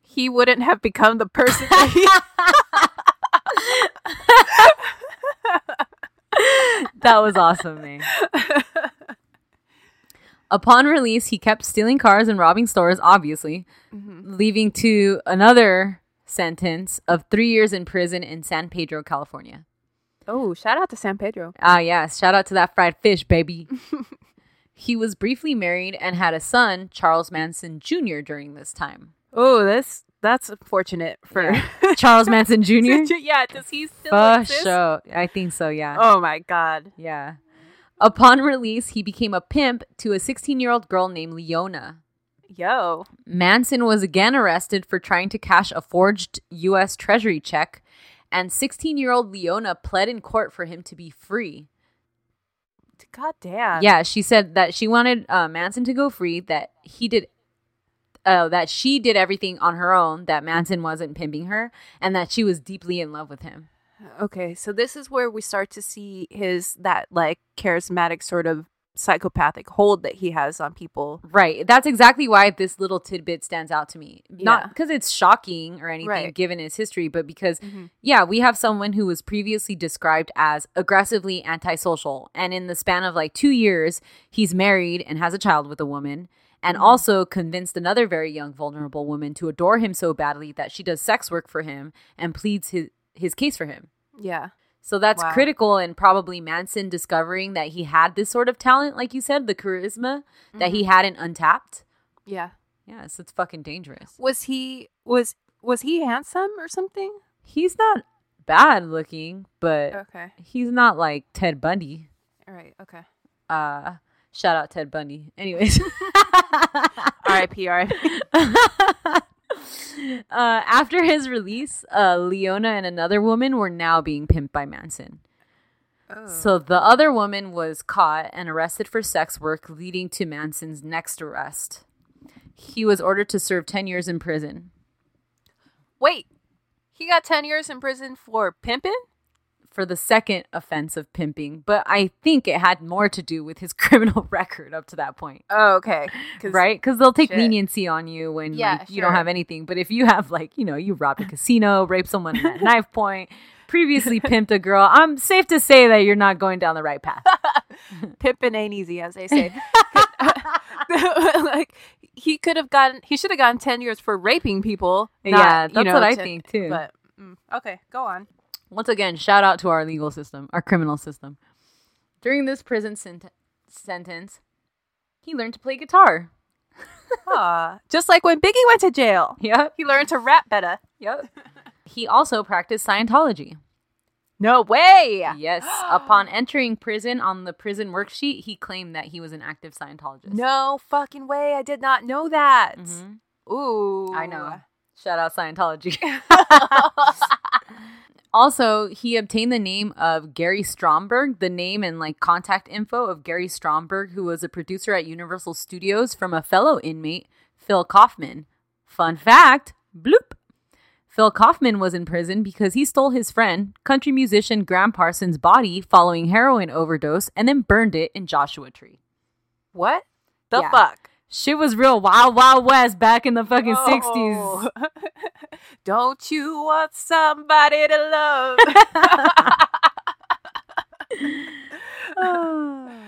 he wouldn't have become the person. that he-
that was awesome, man. Upon release, he kept stealing cars and robbing stores, obviously, leaving to another sentence of three years in prison in San Pedro, California.
oh, shout out to San Pedro.
Ah, yes. Shout out to that fried fish, baby. he was briefly married and had a son, Charles Manson Jr., during this time.
Oh, this that's unfortunate for
Charles Manson Jr.
yeah, does he still
For
exist?
sure. I think so, yeah.
Oh my god.
Yeah. Upon release, he became a pimp to a 16 year old girl named Leona.
Yo.
Manson was again arrested for trying to cash a forged U.S. Treasury check, and 16 year old Leona pled in court for him to be free.
God damn.
Yeah, she said that she wanted uh, Manson to go free. That he did, uh, that she did everything on her own. That Manson wasn't pimping her, and that she was deeply in love with him.
Okay, so this is where we start to see his that like charismatic sort of psychopathic hold that he has on people.
Right. That's exactly why this little tidbit stands out to me. Not
Yeah.
because it's shocking or anything
Right. Mm-hmm.
given his history, but because, yeah, we have someone who was previously described as aggressively antisocial. And in the span of like two years, he's married and has a child with a woman.
Mm-hmm.
And also convinced another very young, vulnerable woman to adore him so badly that she does sex work for him and pleads his, his case for him.
Yeah.
So that's
Wow.
critical and probably Manson discovering that he had this sort of talent, like you said, the charisma that he hadn't untapped.
Yeah.
Yeah, so Mm-hmm. it's fucking dangerous.
Was he was was he handsome or something?
He's not bad looking, but
Okay.
he's not like Ted Bundy.
All right. Okay.
Uh shout out Ted Bundy. Anyways.
R.I.P.
uh, after his release, uh, Leona and another woman were now being pimped by Manson. So the other woman was caught and arrested for sex work, leading to Manson's next arrest. He was ordered to serve 10 years in prison
Wait. He got 10 years in prison for pimping?
for the second offense of pimping, but I think it had more to do with his criminal record up to that point.
Oh, okay.
Right? Because they'll take
Shit.
leniency on you when
Yeah,
like, you don't
sure.
have anything. But if you have, like, you know, you robbed a casino, raped someone at knife point, previously pimped a girl, I'm safe to say that you're not going down the right path.
pimping ain't easy, as they say. like he could have gotten, he should have gotten ten years for raping people. not,
Yeah,
you
that's
know,
what
to-
I think, too.
But mm, okay, go on.
Once again, shout out to our legal system, our criminal system. During this prison sent- sentence, he learned to play guitar.
Aw, just like when Biggie went to jail,
Yep.
he learned to rap better.
Yep. he also practiced Scientology.
No way.
Yes. Upon entering prison on the prison worksheet, he claimed that he was an active Scientologist.
No fucking way. I did not know that.
Mhm.
Ooh,
I know. Shout out Scientology. also, he obtained the name of Gary Stromberg, the name and like contact info of Gary Stromberg, who was a producer at Universal Studios from a fellow inmate, Phil Kaufman. Fun fact, bloop. Phil Kaufman was in prison because he stole his friend, country musician Graham Parsons' body following heroin overdose and then burned it in Joshua Tree.
What the
Yeah.
fuck?
Shit was real wild, wild west back in the fucking
Oh.
60s.
Don't you want somebody to love?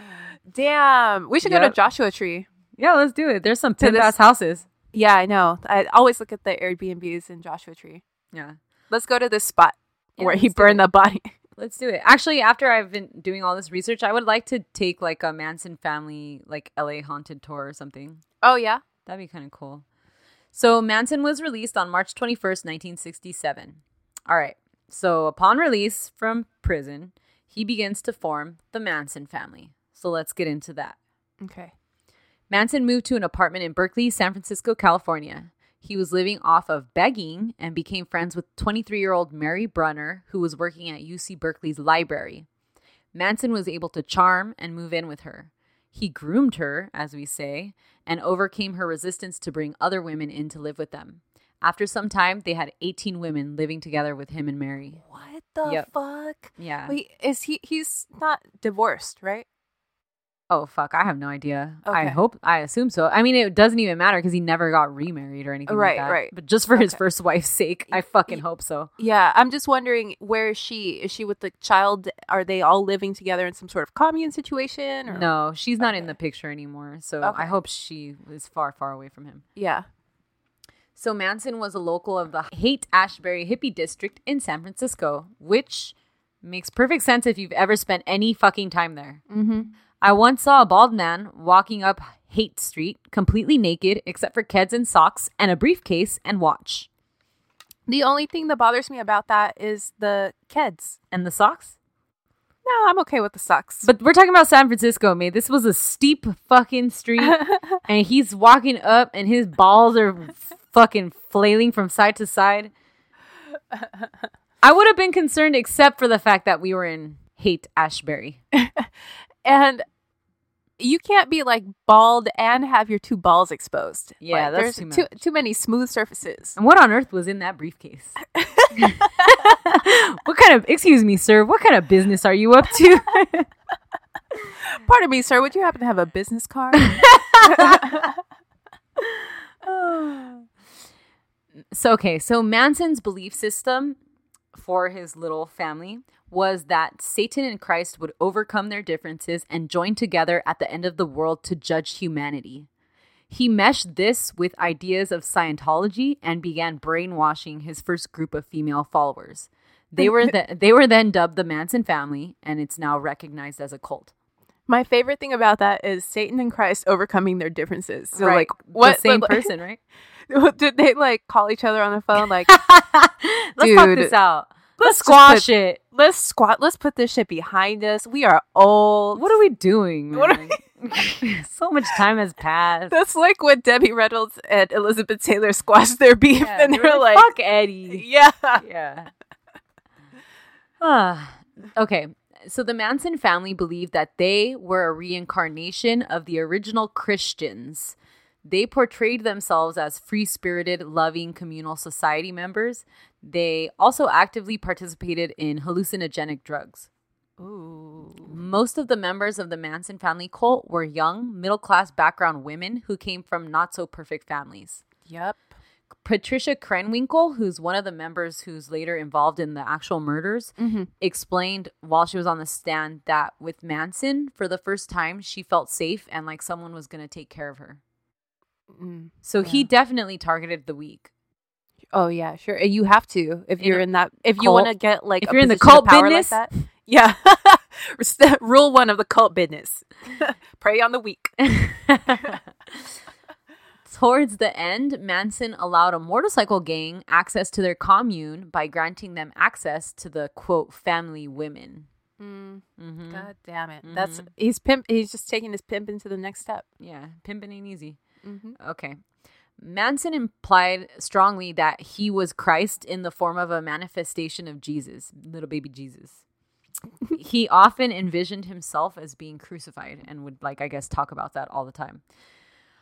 Damn, we should go to
Yep.
Joshua Tree.
Yeah, let's do it. There's some
To
pimp
this-
ass houses.
Yeah, I know. I always look at the Airbnbs in Joshua Tree.
Yeah.
Let's go to this spot
Yeah,
where he
let's do
burned
it.
the body.
Let's do it. Actually, after I've been doing all this research, I would like to take like a Manson family like LA haunted tour or something.
Oh yeah.
That'd be kind of cool. So Manson was released on March 21st, 1967. All right. So upon release from prison, he begins to form the Manson family. So let's get into that.
Okay.
Manson moved to an apartment in Berkeley, San Francisco, California. He was living off of begging and became friends with 23 year old Mary Brunner, who was working at UC Berkeley's library. Manson was able to charm and move in with her. He groomed her, as we say, and overcame her resistance to bring other women in to live with them. After some time, they had 18 women living together with him and Mary.
What the
Yep.
fuck?
Yeah.
Wait, is he? He's not divorced, right?
Oh, fuck. I have no idea. I
Okay.
hope, I assume so. I mean, it doesn't even matter because he never got remarried or anything
Right,
like that.
right.
But just for his
Okay.
first wife's sake, I fucking hope so.
Yeah, I'm just wondering where is she? Is she with the child? Are they all living together in some sort of commune situation? Or?
No, she's not in
Okay.
the picture anymore. So
Okay.
I hope she is far, far away from him.
Yeah.
So Manson was a local of the Haight Ashbury hippie district in San Francisco, which makes perfect sense if you've ever spent any fucking time there.
Mm-hmm.
I once saw a bald man walking up Haight Street completely naked, except for keds and socks and a briefcase and watch.
The only thing that bothers me about that is the kids.
And the socks?
No, I'm okay with the socks.
But we're talking about San Francisco, mate. This was a steep fucking street, and he's walking up, and his balls are fucking flailing from side to side. I would have been concerned, except for the fact that we were in Hate Ashbury.
and you can't be like bald and have your two balls exposed.
Yeah,
Like,
that's
there's
too
too, too many smooth surfaces.
And what on earth was in that briefcase? what kind of, excuse me, sir, what kind of business are you up to? Oh.
Pardon me, sir. Would you happen to have a business card?
so okay, so Manson's belief system for his little family was that Satan and Christ would overcome their differences and join together at the end of the world to judge humanity. He meshed this with ideas of Scientology and began brainwashing his first group of female followers. They were the, they were then dubbed the Manson family and it's now recognized as a cult.
My favorite thing about that is Satan and Christ overcoming their differences. So like
The
what
same
like,
person, right?
Did they like call each other on the phone like
Let's talk
Dude,
this out.
let's
Let's,
just
squash
put-
it.
let's squat let's put this shit behind us. We are old.
What are we doing?
What are
man? so much time has passed.
That's like when Debbie Reynolds and Elizabeth Taylor squashed their beef
Yeah,
and
they
they
were
were like,
"Fuck Eddie."
yeah.
Yeah. Ah, okay. So the Manson family believed that they were a reincarnation of the original Christians. They portrayed themselves as free spirited, loving communal society members. They also actively participated in hallucinogenic drugs. Most of the members of the Manson family cult were young, middle class background women who came from not so perfect families.
Yep.
Patricia Krenwinkel, who's one of the members who's later involved in the actual murders,
Mm-hmm.
explained while she was on the stand that with Manson, for the first time, she felt safe and like someone was going to take care of her.
Mm.
So he definitely targeted the weak.
Oh yeah, sure. You have to if
In
you're
a
in that if you
cult.
want to get like
If
a
you're in the
position of
cult
power like
business.
that. Yeah. Rest- Rule one of the cult business. Prey on the weak. Mm,
Towards the end, Manson allowed a motorcycle gang access to their commune by granting them access to the quote family women.
Mm-hmm.
Mhm.
God damn it. That's he's pimp he's just taking his pimp into the next step.
Yeah, pimping ain't easy.
Mhm.
Okay. Manson implied strongly that he was Christ in the form of a manifestation of Jesus, little baby Jesus. he often envisioned himself as being crucified and would, like, I guess, talk about that all the time.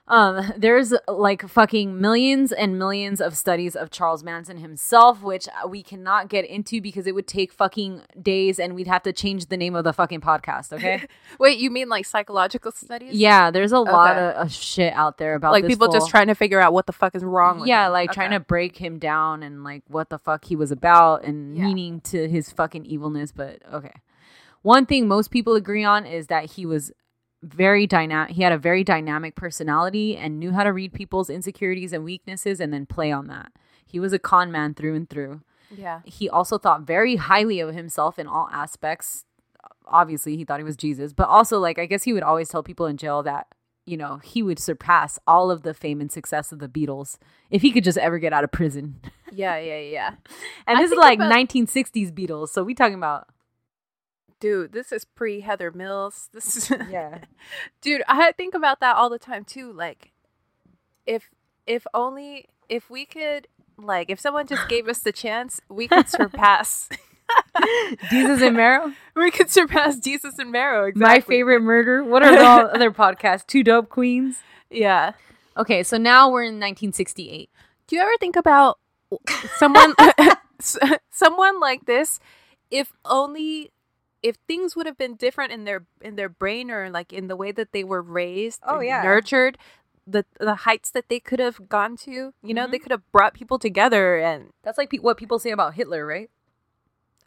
Um, there's like fucking millions and millions of studies of Charles Manson himself, which we cannot get into because it would take fucking days and we'd have to change the name of the fucking podcast, okay?
Wait, you mean like psychological studies?
Yeah, there's a lot
Okay.
of, of shit out there about
Like
this
people just
fool.
trying to figure out what the fuck is wrong with
Yeah,
him.
like
Okay.
trying to break him down and like what the fuck he was about and
Yeah.
meaning to his fucking evilness. But okay, one thing most people agree on is that he was very dynamic. He had a very dynamic personality and knew how to read people's insecurities and weaknesses and then play on that. He was a con man through and through.
Yeah.
He also thought very highly of himself in all aspects. Obviously, he thought he was Jesus, but also, like, I guess he would always tell people in jail that, you know, he would surpass all of the fame and success of the Beatles if he could just ever get out of prison.
Yeah, yeah, yeah.
And
I
this is
think
like
about-
1960s Beatles. So we talking about.
Dude, this is pre Heather Mills. This is
Yeah.
dude i think about that all the time too like if if only if we could like if someone just gave us the chance we could surpass
Jesus and Mero.
we could surpass jesus and marrow exactly.
My favorite murder. What are the other podcasts? Two Dope Queens.
yeah
Okay, so now we're in 1968.
do you ever think about someone s- someone like this if only if things would have been different in their in their brain or like in the way that they were raised
Oh,
and
yeah.
nurtured the the heights that they could have gone to you know
Mm-hmm.
they could have brought people together and
That's like pe- what people say about Hitler, right?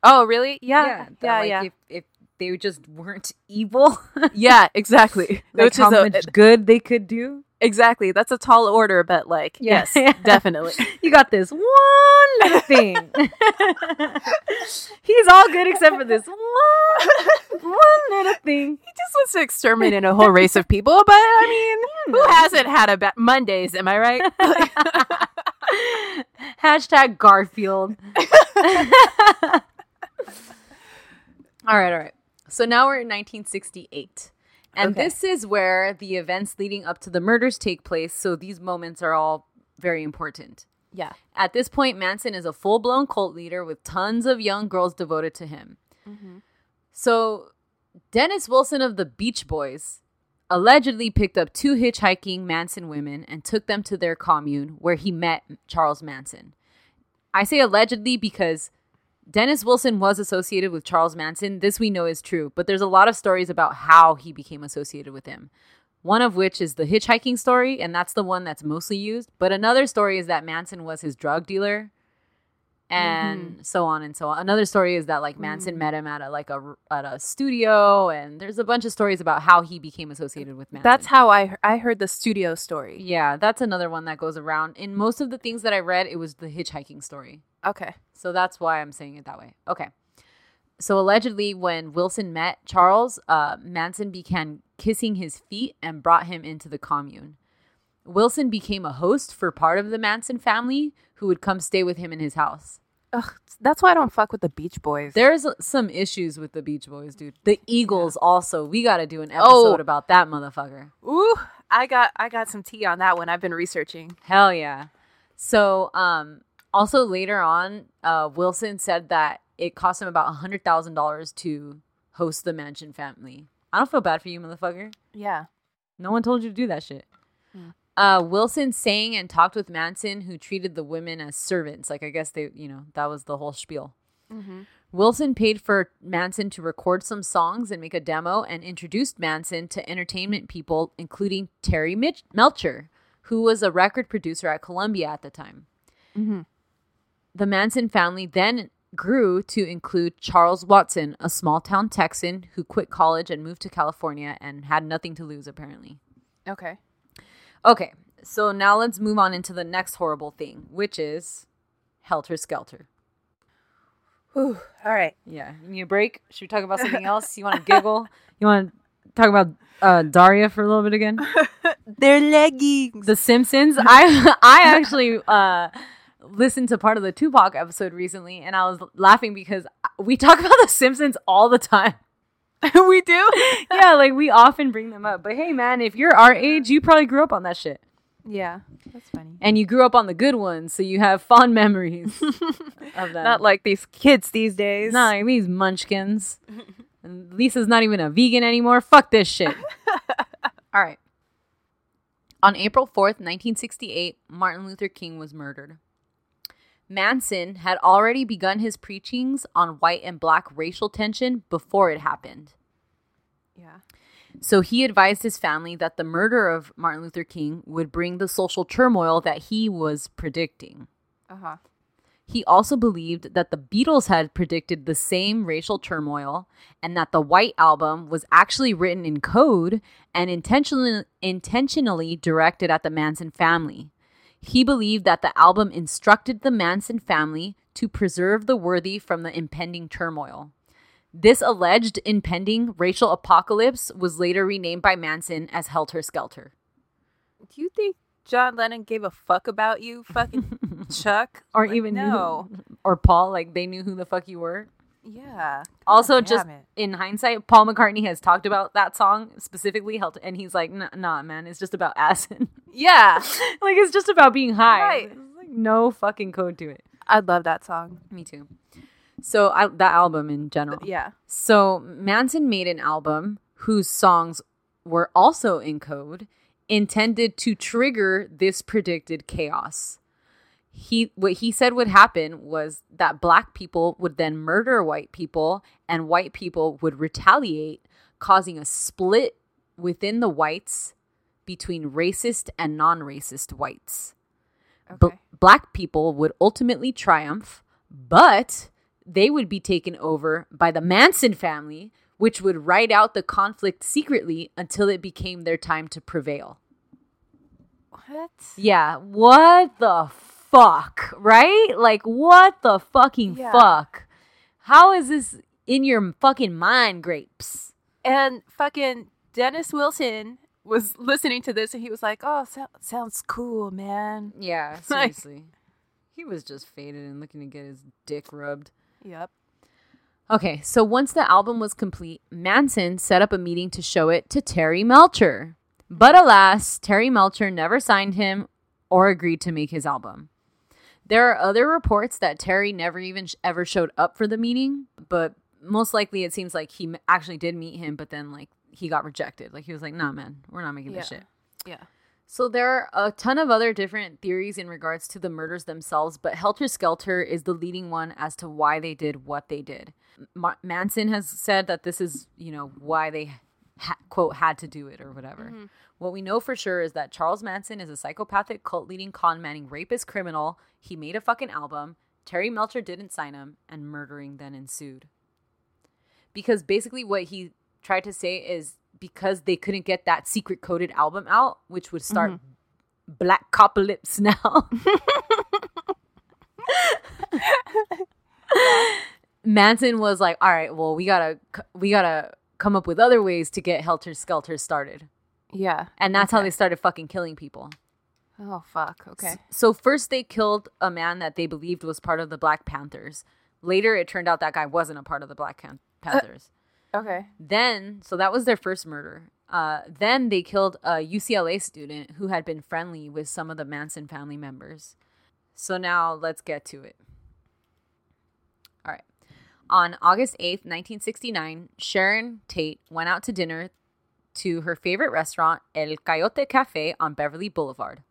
Oh, really? Yeah.
that,
Yeah, yeah.
like,
Yeah,
If, if they just weren't evil.
exactly.
like
Which
how
is a-
much good they could do.
exactly. That's a tall order, but like,
Yeah.
yes, definitely.
You got this one little thing. He's all good except for this one, one little thing.
He just wants to exterminate a whole race of people, but I mean, who hasn't had a ba- Mondays, am I right?
Hashtag Garfield. all right, all right. So now we're in 1968. And
Okay.
this is where the events leading up to the murders take place. So these moments are all very important.
Yeah.
At this point, Manson is a full blown cult leader with tons of young girls devoted to him.
Mm-hmm.
So, Dennis Wilson of the Beach Boys allegedly picked up two hitchhiking Manson women and took them to their commune where he met Charles Manson. I say allegedly because Dennis Wilson was associated with Charles Manson. This we know is true, but there's a lot of stories about how he became associated with him. One of which is the hitchhiking story, and that's the one that's mostly used. But another story is that Manson was his drug dealer, and so on and so on. Another story is that like Manson met him at a like a at a studio, and there's a bunch of stories about how he became associated with Manson.
That's how I I heard the studio story.
yeah, that's another one that goes around. In most of the things that I read, it was the hitchhiking story.
Okay.
So that's why I'm saying it that way. Okay. So allegedly, when Wilson met Charles, uh, Manson began kissing his feet and brought him into the commune. Wilson became a host for part of the Manson family who would come stay with him in his house.
Ugh, that's why I don't fuck with the Beach Boys.
There's some issues with the Beach Boys, dude. The Eagles, also. We got to do an episode
Oh.
about that motherfucker.
Ooh, I got I got some tea on that one. I've been researching.
Hell yeah. So, um, also later on, uh, Wilson said that it cost him about hundred thousand dollars to host the Mansion family. I don't feel bad for you, motherfucker.
Yeah.
No one told you to do that shit. Uh, Wilson sang and talked with Manson, who treated the women as servants. Like I guess they, you know, that was the whole spiel. Wilson paid for Manson to record some songs and make a demo and introduced Manson to entertainment people, including Terry Mitch- Melcher, who was a record producer at Columbia at the time. The Manson family then grew to include Charles Watson, a small town Texan who quit college and moved to California and had nothing to lose, apparently.
Okay.
Okay, so now let's move on into the next horrible thing, which is Helter Skelter.
Ooh, all right.
Yeah. You need a break? Should we talk about something else? You want to giggle? You want to talk about uh, Daria for a little bit again?
They're leggings.
The Simpsons. I I actually uh, listened to part of the Tupac episode recently, and I was laughing because we talk about the Simpsons all the time.
we do?
yeah, like we often bring them up. But hey, man, if you're our age, you probably grew up on that shit,
Yeah. That's funny.
and you grew up on the good ones, so you have fond memories of them.
Not like these kids these days.
Not like these munchkins. And Lisa's not even a vegan anymore. Fuck this shit. All right. On April 4th, 1968, Martin Luther King was murdered. Manson had already begun his preachings on white and black racial tension before it happened.
Yeah.
So he advised his family that the murder of Martin Luther King would bring the social turmoil that he was predicting.
Uh-huh.
He also believed that the Beatles had predicted the same racial turmoil and that the White Album was actually written in code and intentionally, intentionally directed at the Manson family. He believed that the album instructed the Manson family to preserve the worthy from the impending turmoil. This alleged impending racial apocalypse was later renamed by Manson as Helter Skelter.
Do you think John Lennon gave a fuck about you, fucking Chuck?
Or
Like,
even
no.
you, or Paul, like they knew who the fuck you were.
Yeah.
Also,
God
just
damn it.
in hindsight, Paul McCartney has talked about that song specifically, helped, and he's like, "N- "Nah, man, it's just about acid.
Yeah.
like it's just about being high.
Right.
There's, like, no fucking code to it.
I love that song.
Me too. So I, that album in general.
Yeah.
So Manson made an album whose songs were also in code, intended to trigger this predicted chaos. He what he said would happen was that black people would then murder white people and white people would retaliate, causing a split within the whites between racist and non-racist whites. B-
Okay.
black people would ultimately triumph, but they would be taken over by the Manson family, which would ride out the conflict secretly until it became their time to prevail.
What?
Yeah, what the fuck, right? Like, what the fucking
Yeah.
fuck? How is this in your fucking mind, grapes?
And fucking Dennis Wilson was listening to this and he was like, "Oh, so- sounds cool, man."
Yeah,
Like-
seriously. He was just faded and looking to get his dick rubbed.
Yep.
Okay, so once the album was complete, Manson set up a meeting to show it to Terry Melcher. But alas, Terry Melcher never signed him or agreed to make his album. There are other reports that Terry never even sh- ever showed up for the meeting, but most likely it seems like he m- actually did meet him, but then like he got rejected. Like he was like, "Nah, man, we're not making this
Yeah.
shit."
Yeah.
So there are a ton of other different theories in regards to the murders themselves, but Helter Skelter is the leading one as to why they did what they did. Ma- Manson has said that this is, you know, why they ha- quote had to do it or whatever.
Mm-hmm.
What we know for sure is that Charles Manson is a psychopathic cult leading con manning rapist criminal. He made a fucking album. Terry Melcher didn't sign him, and murdering then ensued because basically what he tried to say is because they couldn't get that secret coded album out, which would start Black Copalypse now. Manson was like, "All right, well, we gotta c- we gotta come up with other ways to get Helter Skelter started,"
Yeah.
and that's how they started fucking killing people.
Oh fuck. Okay.
So first they killed a man that they believed was part of the Black Panthers. Later, it turned out that guy wasn't a part of the Black Pan- Panthers.
Okay.
Then, so that was their first murder. Uh, then they killed a UCLA student who had been friendly with some of the Manson family members. So now let's get to it. All right. On August 8th, 1969, Sharon Tate went out to dinner to her favorite restaurant, El Coyote Cafe on Beverly Boulevard.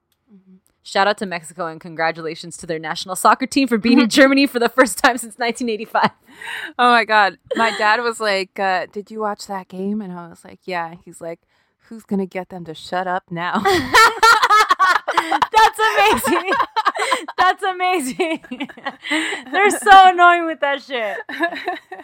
Shout out to Mexico and congratulations to their national soccer team for beating Germany for the first time since 1985.
Oh my god. My dad was like, uh, "Did you watch that game?" And I was like, "Yeah." And He's like, "Who's gonna get them to shut up now?"
That's amazing. That's amazing. They're so annoying with that shit.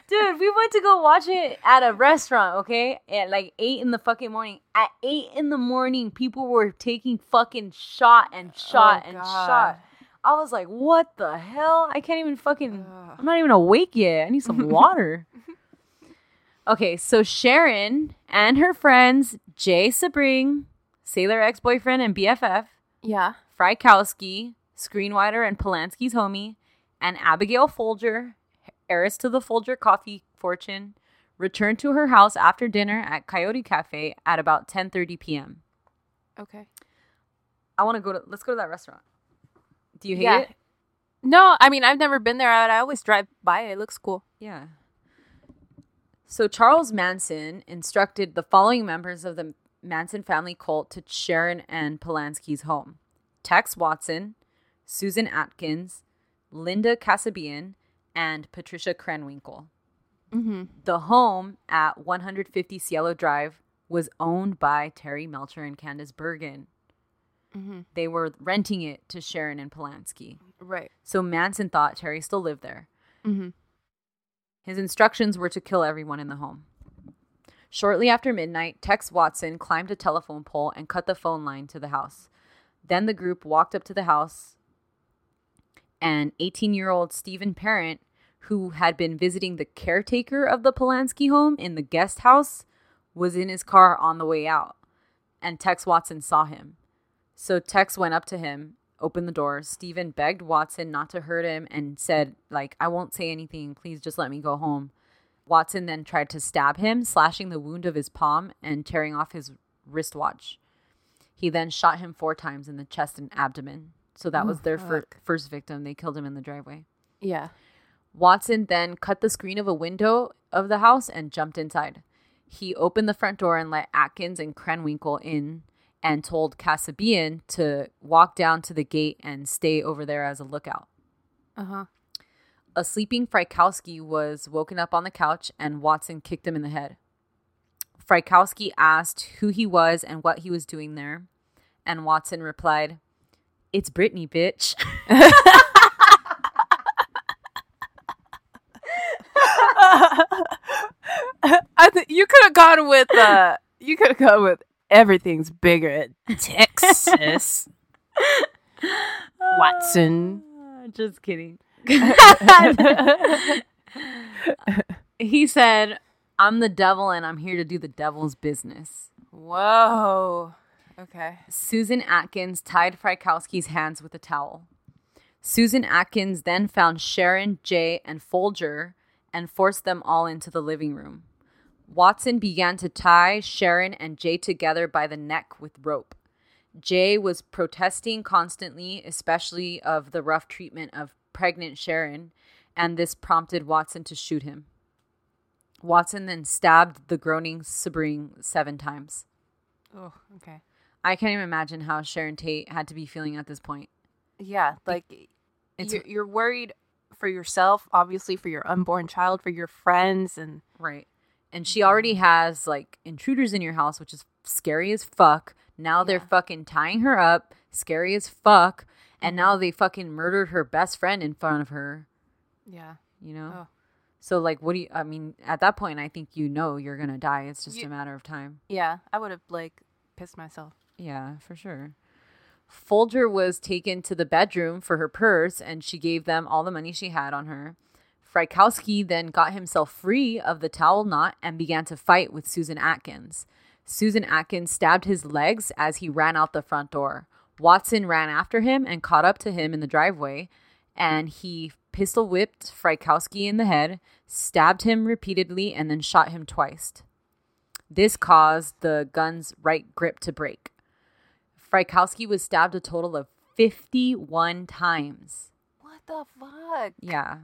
Dude, we went to go watch it at a restaurant, okay? At like 8 in the fucking morning. At 8 in the morning, people were taking fucking shot and shot
Oh,
and
God.
shot. I was like, what the hell? I can't even fucking. I'm not even awake yet. I need some water. okay, so Sharon and her friends, Jay Sabring, Sailor ex boyfriend and BFF,
yeah.
Frykowski, screenwriter and Polanski's homie, and Abigail Folger, heiress to the Folger coffee fortune, returned to her house after dinner at Coyote Cafe at about 10:30 p.m.
Okay.
I want to go to let's go to that restaurant. Do you hate
Yeah.
it?
No, I mean I've never been there. I, I always drive by. It looks cool.
Yeah. So Charles Manson instructed the following members of the Manson family cult to Sharon and Polanski's home Tex Watson, Susan Atkins, Linda Kasabian, and Patricia Krenwinkel.
Mm-hmm.
The home at 150 Cielo Drive was owned by Terry Melcher and Candace Bergen.
Mm-hmm.
They were renting it to Sharon and Polanski.
Right.
So Manson thought Terry still lived there.
Mm-hmm.
His instructions were to kill everyone in the home. Shortly after midnight, Tex Watson climbed a telephone pole and cut the phone line to the house. Then the group walked up to the house, and 18 year old Stephen Parent, who had been visiting the caretaker of the Polanski home in the guest house, was in his car on the way out, and Tex Watson saw him. So Tex went up to him, opened the door. Steven begged Watson not to hurt him and said, like, I won't say anything. Please just let me go home. Watson then tried to stab him, slashing the wound of his palm and tearing off his wristwatch. He then shot him four times in the chest and abdomen. So that
Oh,
was their fir-
fuck.
first victim. They killed him in the driveway.
Yeah.
Watson then cut the screen of a window of the house and jumped inside. He opened the front door and let Atkins and Krenwinkel in and told Casabian to walk down to the gate and stay over there as a lookout.
Uh huh.
A sleeping Frykowski was woken up on the couch and Watson kicked him in the head. Frykowski asked who he was and what he was doing there, and Watson replied, It's Brittany, bitch.
I th- you could have gone with uh, you could have gone with everything's bigger at Texas. Watson.
Just kidding. he said, I'm the devil and I'm here to do the devil's business.
Whoa. Okay.
Susan Atkins tied Frykowski's hands with a towel. Susan Atkins then found Sharon, Jay, and Folger and forced them all into the living room. Watson began to tie Sharon and Jay together by the neck with rope. Jay was protesting constantly, especially of the rough treatment of pregnant Sharon, and this prompted Watson to shoot him. Watson then stabbed the groaning Sabring seven times.
Oh, okay.
I can't even imagine how Sharon Tate had to be feeling at this point.
Yeah, like
It's-
you're, you're worried for yourself, obviously for your unborn child, for your friends, and
Right. And she already has like intruders in your house, which is scary as fuck. Now they're fucking tying her up, scary as fuck. And now they fucking murdered her best friend in front of her,
yeah,
you know?
Oh.
So, like, what do you, I mean, at that point, I think you know you're gonna die. It's just a
You-
matter of time.
yeah. I would have like pissed myself.
Yeah, for sure. Folger was taken to the bedroom for her purse and she gave them all the money she had on her. Frykowski then got himself free of the towel knot and began to fight with Susan Atkins. Susan Atkins stabbed his legs as he ran out the front door. Watson ran after him and caught up to him in the driveway, and he pistol whipped Frykowski in the head, stabbed him repeatedly, and then shot him twice. This caused the gun's right grip to break. Frykowski was stabbed a total of 51 times.
What the fuck?
Yeah.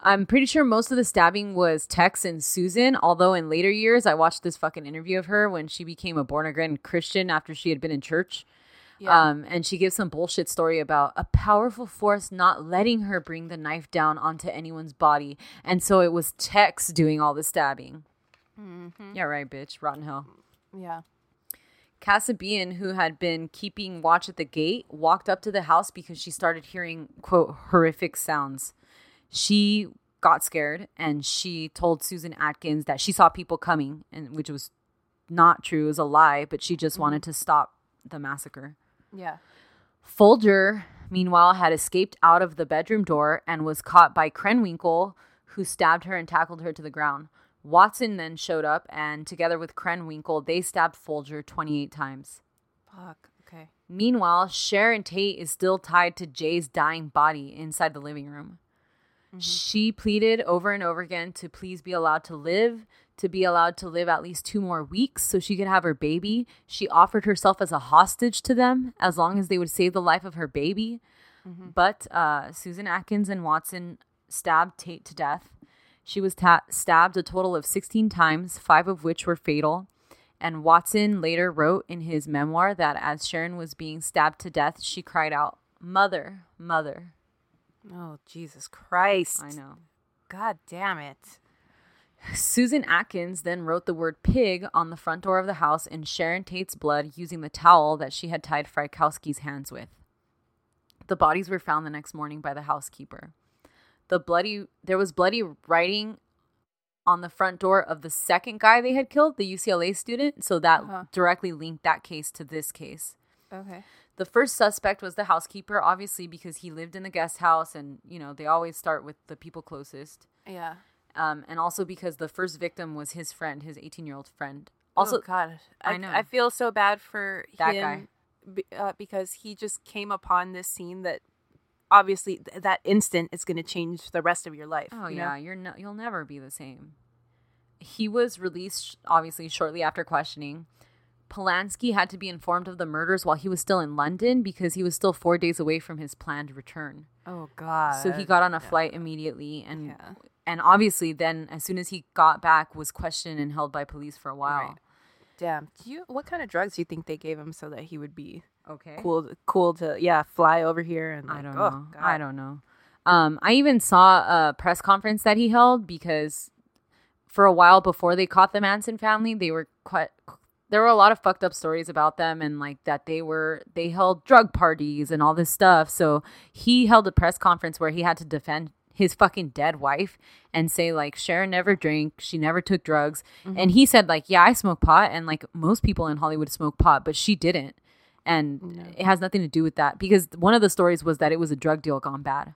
I'm pretty sure most of the stabbing was Tex and Susan, although in later years, I watched this fucking interview of her when she became a born again Christian after she had been in church.
Yeah.
Um, and she gives some bullshit story about a powerful force not letting her bring the knife down onto anyone's body. And so it was Tex doing all the stabbing. Yeah, right, bitch. Rotten hell.
yeah.
Casabian, who had been keeping watch at the gate, walked up to the house because she started hearing, quote, horrific sounds. She got scared and she told Susan Atkins that she saw people coming, and which was not true, it was a lie, but she just wanted to stop the massacre.
Yeah.
Folger, meanwhile, had escaped out of the bedroom door and was caught by Krenwinkel, who stabbed her and tackled her to the ground. Watson then showed up, and together with Krenwinkel, they stabbed Folger 28 times.
Fuck. Okay.
Meanwhile, Sharon Tate is still tied to Jay's dying body inside the living room. She pleaded over and over again to please be allowed to live, to be allowed to live at least two more weeks so she could have her baby. She offered herself as a hostage to them as long as they would save the life of her baby. But uh, Susan Atkins and Watson stabbed Tate to death. She was ta- stabbed a total of 16 times, five of which were fatal. And Watson later wrote in his memoir that as Sharon was being stabbed to death, she cried out, Mother, Mother.
Oh Jesus Christ!
I know.
God damn it!
Susan Atkins then wrote the word pig on the front door of the house in Sharon Tate's blood using the towel that she had tied Frykowski's hands with. The bodies were found the next morning by the housekeeper. The bloody there was bloody writing on the front door of the second guy they had killed, the UCLA student, so that
Uh-huh.
directly linked that case to this case.
Okay.
The first suspect was the housekeeper, obviously because he lived in the guest house and, you know, they always start with the people closest
Yeah.
um, and also because the first victim was his friend, his 18 year old friend. Also,
oh, God, I,
I know.
I feel so bad for
That
him be- uh, because he just came upon this scene that obviously th- that instant is going to change the rest of your life.
oh
you know?
yeah, you're no, you'll never be the same. He was released obviously shortly after questioning. Polanski had to be informed of the murders while he was still in London because he was still four days away from his planned return.
Oh God.
so he got on a flight immediately, and
Yeah.
and obviously then as soon as he got back, was questioned and held by police for a while.
Damn. Do you? What kind of drugs do you think they gave him so that he would be
Okay,
cool? Cool to yeah, fly over here and
I
like,
don't
oh,
know.
God.
I don't know. Um, I even saw a press conference that he held because for a while before they caught the Manson family, they were quite. There were a lot of fucked up stories about them and like that they were they held drug parties and all this stuff. So he held a press conference where he had to defend his fucking dead wife and say like Sharon never drank, she never took drugs,
Mm-hmm.
and he said like yeah I smoke pot and like most people in Hollywood smoke pot, but she didn't and it has nothing to do with that because one of the stories was that it was a drug deal gone bad.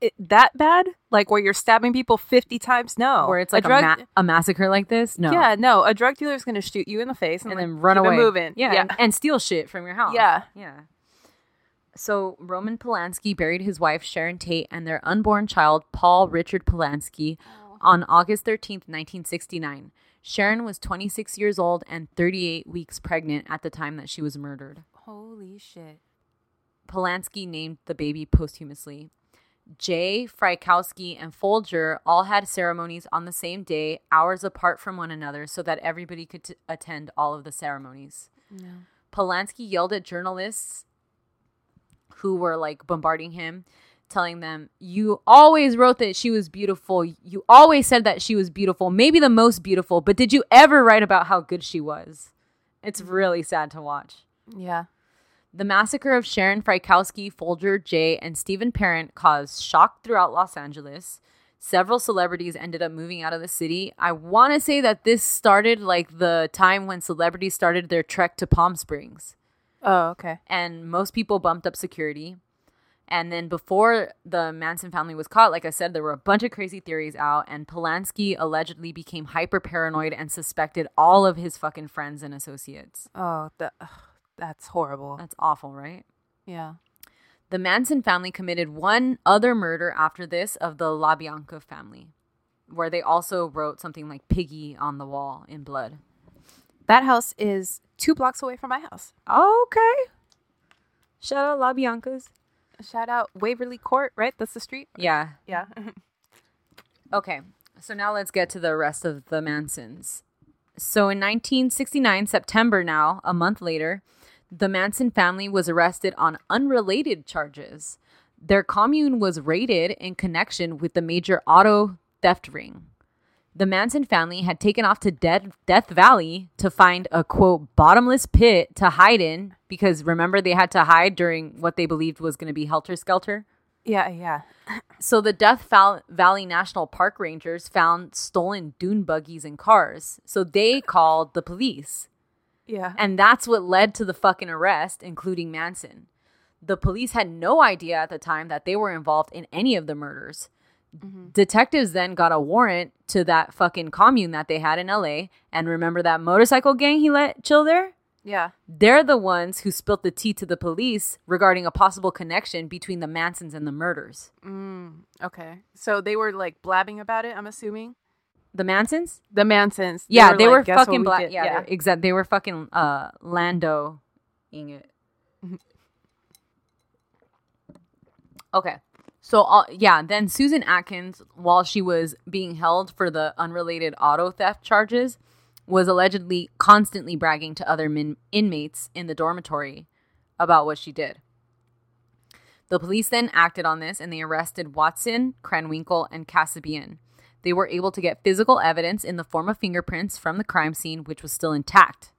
It, that bad? Like where you're stabbing people fifty times? No.
Where it's like a,
Oh. drug.
ma- a massacre like this, no,
Yeah, no. A drug dealer is going to shoot you in the face and,
and
like,
then run
keep it
away,
moving.
yeah, And, and steal shit from your house,
Yeah.
yeah. So Roman Polanski buried his wife Sharon Tate and their unborn child Paul Richard Polanski
Oh.
on August 13th, 1969. Sharon was 26 years old and 38 weeks pregnant at the time that she was murdered.
Holy shit.
Polanski named the baby posthumously. Jay, Frykowski, and Folger all had ceremonies on the same day, hours apart from one another, so that everybody could t- attend all of the ceremonies.
No.
Polanski yelled at journalists who were like bombarding him, telling them, You always wrote that she was beautiful. You always said that she was beautiful, maybe the most beautiful, but did you ever write about how good she was? It's really sad to watch.
Yeah.
The massacre of Sharon Frykowski, Folger, Jay, and Stephen Parent caused shock throughout Los Angeles. Several celebrities ended up moving out of the city. I want to say that this started like the time when celebrities started their trek to Palm Springs
Oh, okay.
and most people bumped up security. And then before the Manson family was caught, like I said, there were a bunch of crazy theories out, and Polanski allegedly became hyper paranoid and suspected all of his fucking friends and associates.
Oh, the, ugh, that's horrible.
That's awful, right?
Yeah.
The Manson family committed one other murder after this of the LaBianca family, where they also wrote something like Piggy on the wall in blood.
That house is two blocks away from my house.
Okay. Shout out LaBianca's.
Shout out Waverly Court, right? That's the street.
Yeah.
Yeah.
Okay, so now let's get to the rest of the Mansons. So in 1969, September now, a month later, the Manson family was arrested on unrelated charges. Their commune was raided in connection with the major auto theft ring. The Manson family had taken off to Dead Death Valley to find a quote bottomless pit to hide in because remember they had to hide during what they believed was going to be helter skelter.
yeah, yeah.
So the Death Val- Valley National Park Rangers found stolen dune buggies and cars. So they called the police.
Yeah.
And that's what led to the fucking arrest, including Manson. The police had no idea at the time that they were involved in any of the murders. Detectives then got a warrant to that fucking commune that they had in LA. And remember that motorcycle gang he let chill there?
yeah.
They're the ones who spilt the tea to the police regarding a possible connection between the Mansons and the murders.
Mm, Okay. So they were like blabbing about it, I'm assuming.
The Mansons?
The Mansons.
Yeah, they were,
like, "Guess what
fucking
we
black.
did."
Yeah, yeah. exact. They were fucking uh, Lando ing it. okay. So, uh, yeah, then Susan Atkins, while she was being held for the unrelated auto theft charges, was allegedly constantly bragging to other min- inmates in the dormitory about what she did. The police then acted on this and they arrested Watson, Krenwinkel, and Casabian. They were able to get physical evidence in the form of fingerprints from the crime scene, which was still intact,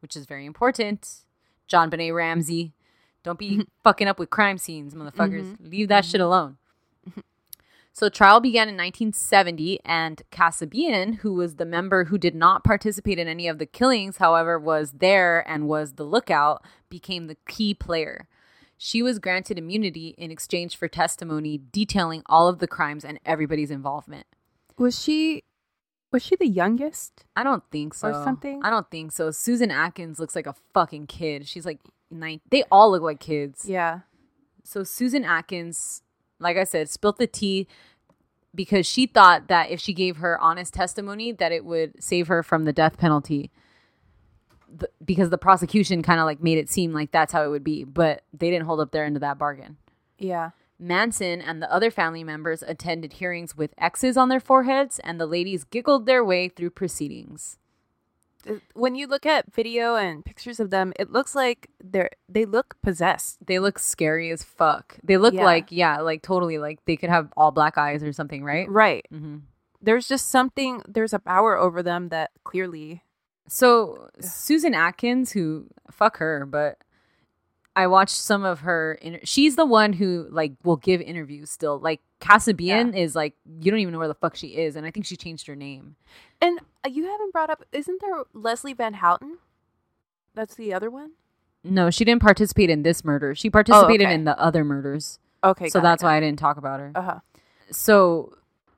which is very important. John Benet Ramsey, don't be fucking up with crime scenes, motherfuckers. Leave that shit alone. So trial began in 1970, and Casabian, who was the member who did not participate in any of the killings, however, was there and was the lookout, became the key player. She was granted immunity in exchange for testimony detailing all of the crimes and everybody's involvement.
Was she was she the youngest?
I don't think so.
Or something?
I don't think so. Susan Atkins looks like a fucking kid. She's like nine. They all look like kids.
Yeah.
So Susan Atkins, like I said, spilt the tea because she thought that if she gave her honest testimony, that it would save her from the death penalty. The, because the prosecution kind of like made it seem like that's how it would be, but they didn't hold up their end of that bargain.
Yeah.
Manson and the other family members attended hearings with X's on their foreheads, and the ladies giggled their way through proceedings.
Uh, When you look at video and pictures of them, it looks like they're they look possessed.
they look scary as fuck. They look
Yeah.
like yeah, like totally like they could have all black eyes or something, right?
Right.
Mhm.
Mm-hmm. There's just something there's a power over them that clearly
So Susan Atkins, who fuck her, but I watched some of her. Inter- She's the one who like will give interviews still. Like Casabian is like you don't even know where the fuck she is, and I think she changed her name.
And uh, you haven't brought up isn't there Leslie Van Houten? That's the other one?
No, she didn't participate in this murder. She participated
okay.
in the other murders.
Okay.
so that's why I didn't talk about her.
Uh-huh.
so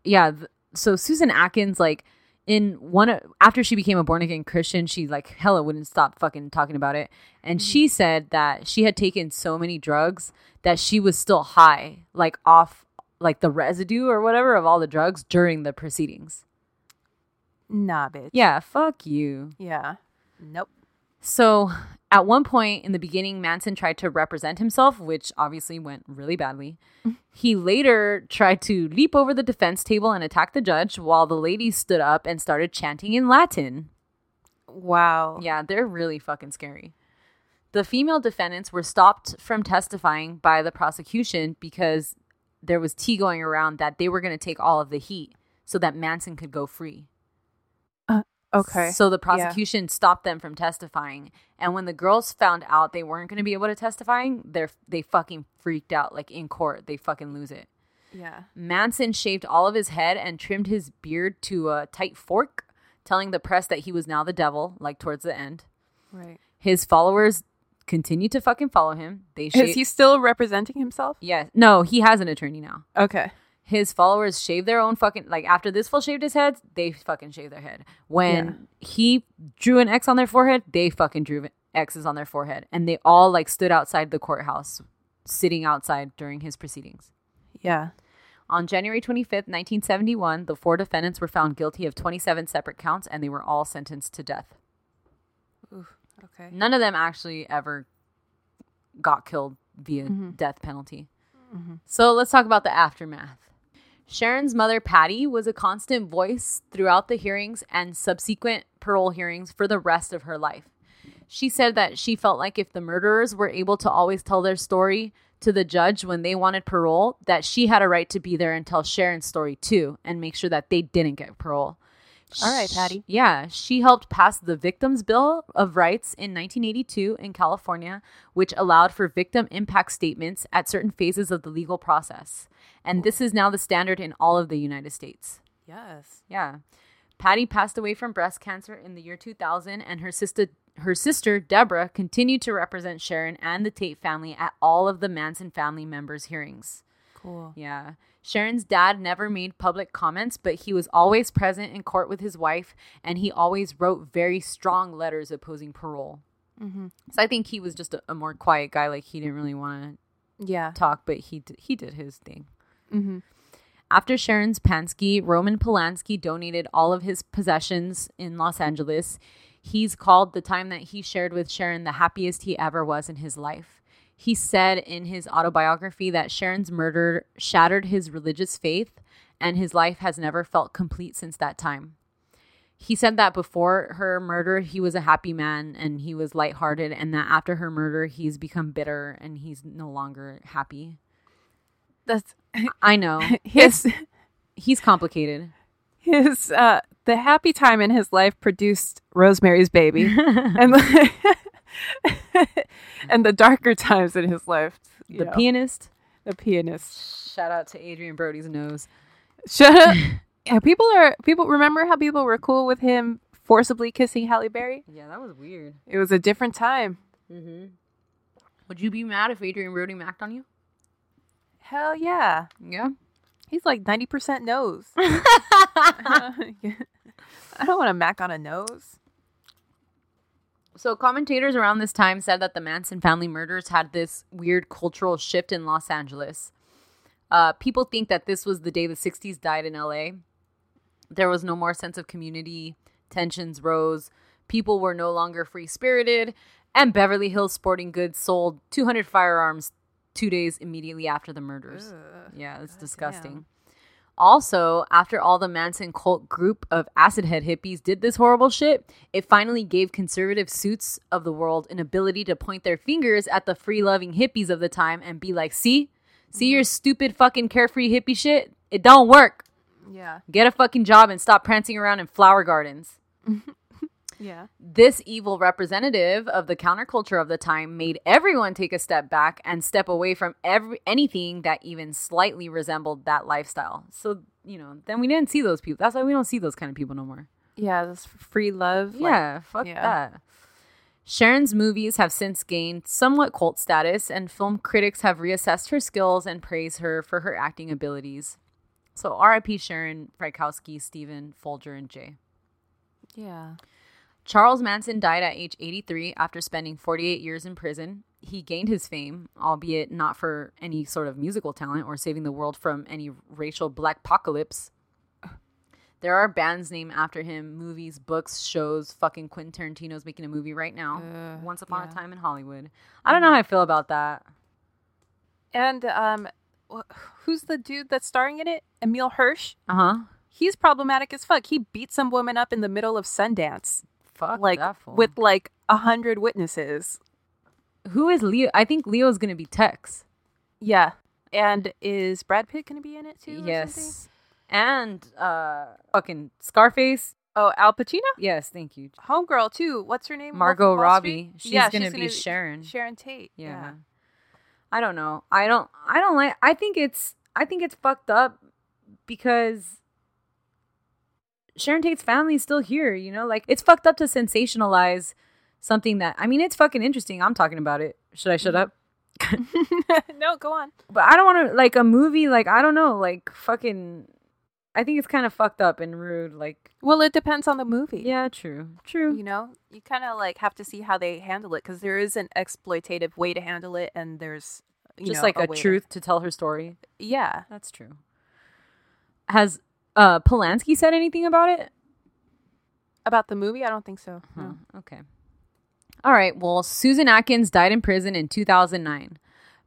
yeah th- so susan atkins like in one of, after she became a born again Christian, she like hella wouldn't stop fucking talking about it. And she said that she had taken so many drugs that she was still high, like off like the residue or whatever of all the drugs during the proceedings.
Nah, bitch.
Yeah, fuck you.
Yeah. Nope.
So, at one point in the beginning, Manson tried to represent himself, which obviously went really badly. he later tried to leap over the defense table and attack the judge while the lady stood up and started chanting in Latin.
Wow.
Yeah, they're really fucking scary. The female defendants were stopped from testifying by the prosecution because there was tea going around that they were going to take all of the heat so that Manson could go free.
Okay.
So the prosecution stopped them from testifying, and when the girls found out they weren't going to be able to testify, they they fucking freaked out. Like in court, they fucking lose it.
yeah.
Manson shaved all of his head and trimmed his beard to a tight fork, telling the press that he was now the devil. Like towards the end,
Right.
his followers continued to fucking follow him. They
Is
shaved.
he still representing himself?
Yes. No, he has an attorney now.
Okay.
his followers shave their own fucking like after this fool shaved his head, they fucking shave their head. When he drew an X on their forehead, they fucking drew X's on their forehead, and they all like stood outside the courthouse, sitting outside during his proceedings.
Yeah.
On January 25th, 1971, the four defendants were found guilty of 27 separate counts and they were all sentenced to death.
Okay.
None of them actually ever got killed via death penalty. So let's talk about the aftermath. Sharon's mother, Patty, was a constant voice throughout the hearings and subsequent parole hearings for the rest of her life. She said that she felt like if the murderers were able to always tell their story to the judge when they wanted parole, that she had a right to be there and tell Sharon's story too and make sure that they didn't get parole.
All right,
Sh-
Patty.
yeah, she helped pass the Victims Bill of Rights in 1982 in California, which allowed for victim impact statements at certain phases of the legal process. And this is now the standard in all of the United States.
Yes.
Yeah. Patty passed away from breast cancer in the year 2000 and her sister her sister Deborah continued to represent Sharon and the Tate family at all of the Manson family members' hearings.
Cool.
Yeah. Sharon's dad never made public comments, but he was always present in court with his wife and he always wrote very strong letters opposing parole. So I think he was just a, a more quiet guy. Like he didn't really want
Yeah.
to talk, but he, d- he did his thing.
Mm-hmm.
After Sharon's Pansky, Roman Polanski donated all of his possessions in Los Angeles. He's called the time that he shared with Sharon the happiest he ever was in his life. He said in his autobiography that Sharon's murder shattered his religious faith and his life has never felt complete since that time. He said that before her murder, he was a happy man and he was lighthearted, and that after her murder, he's become bitter and he's no longer happy.
That's
I know.
his
He's complicated.
his uh the happy time in his life produced Rosemary's Baby, and the, and the darker times in his life. you
the
know,
pianist.
the pianist.
Shout out to Adrian Brody's nose.
Shut up. yeah, people are people. Remember how people were cool with him forcibly kissing Halle Berry?
Yeah, that was weird.
It was a different time.
Would you be mad if Adrian Brody macked on you?
Hell yeah,
Yeah.
he's like ninety percent nose. I don't want to mac on a nose.
So commentators around this time said that the Manson family murders had this weird cultural shift in Los Angeles. Uh, people think that this was the day the '60s died in LA. There was no more sense of community. Tensions rose. People were no longer free spirited, and Beverly Hills Sporting Goods sold 200 firearms two days immediately after the murders. yeah, it's disgusting. Also, after all the Manson cult group of acid head hippies did this horrible shit, it finally gave conservative suits of the world an ability to point their fingers at the free loving hippies of the time and be like, see, see your stupid fucking carefree hippie shit? It don't work.
Yeah,
Get a fucking job and stop prancing around in flower gardens.
yeah.
This evil representative of the counterculture of the time made everyone take a step back and step away from every anything that even slightly resembled that lifestyle. So, you know, then we didn't see those people. That's why we don't see those kind of people no more.
Yeah, this free love. like-
yeah, fuck
yeah.
that. Sharon's movies have since gained somewhat cult status, and film critics have reassessed her skills and praise her for her acting abilities. So, R.I.P. Sharon Frykowski, Stephen Folger, and Jay.
Yeah.
Charles Manson died at age 83 after spending 48 years in prison. He gained his fame, albeit not for any sort of musical talent or saving the world from any racial blackpocalypse. There are bands named after him, movies, books, shows. Fucking Quentin Tarantino's making a movie right now.
Ugh,
Once Upon
yeah.
a Time in Hollywood. I don't know how I feel about that.
And um, wh- who's the dude that's starring in it? Emil Hirsch.
Uh huh.
He's problematic as fuck. He beat some woman up in the middle of Sundance,
Fuck
like
that fool.
with like a hundred witnesses.
who is Leo? I think Leo's gonna be Tex.
Yeah. And is Brad Pitt going to be in it too? or something?
Yes. And uh fucking Scarface.
Oh, Al Pacino,
Yes, thank you.
homegirl too. What's her name? Wolf of
Margot
Wall Street?
Robbie. She's gonna be Sharon.
Sharon Tate.
Yeah.
Yeah.
I don't know. I don't I don't like I think it's I think it's fucked up because Sharon Tate's family is still here, you know? Like it's fucked up to sensationalize something that I mean it's fucking interesting. I'm talking about it. Should I shut
Mm-hmm.
up?
no, go on.
but I don't want to like a movie like I don't know like fucking. I think it's kind of fucked up and rude. Like
Well, it depends on the movie.
yeah, true, true.
You know, you kind of like have to see how they handle it because there is an exploitative way to handle it, and there's you know,
Just like a,
way to-
truth to tell her story.
Yeah.
That's true. Has uh Polanski said anything about it?
About the movie, I don't think so.
Uh-huh.
No.
Okay. All right. Well, Susan Atkins died in prison in 2009.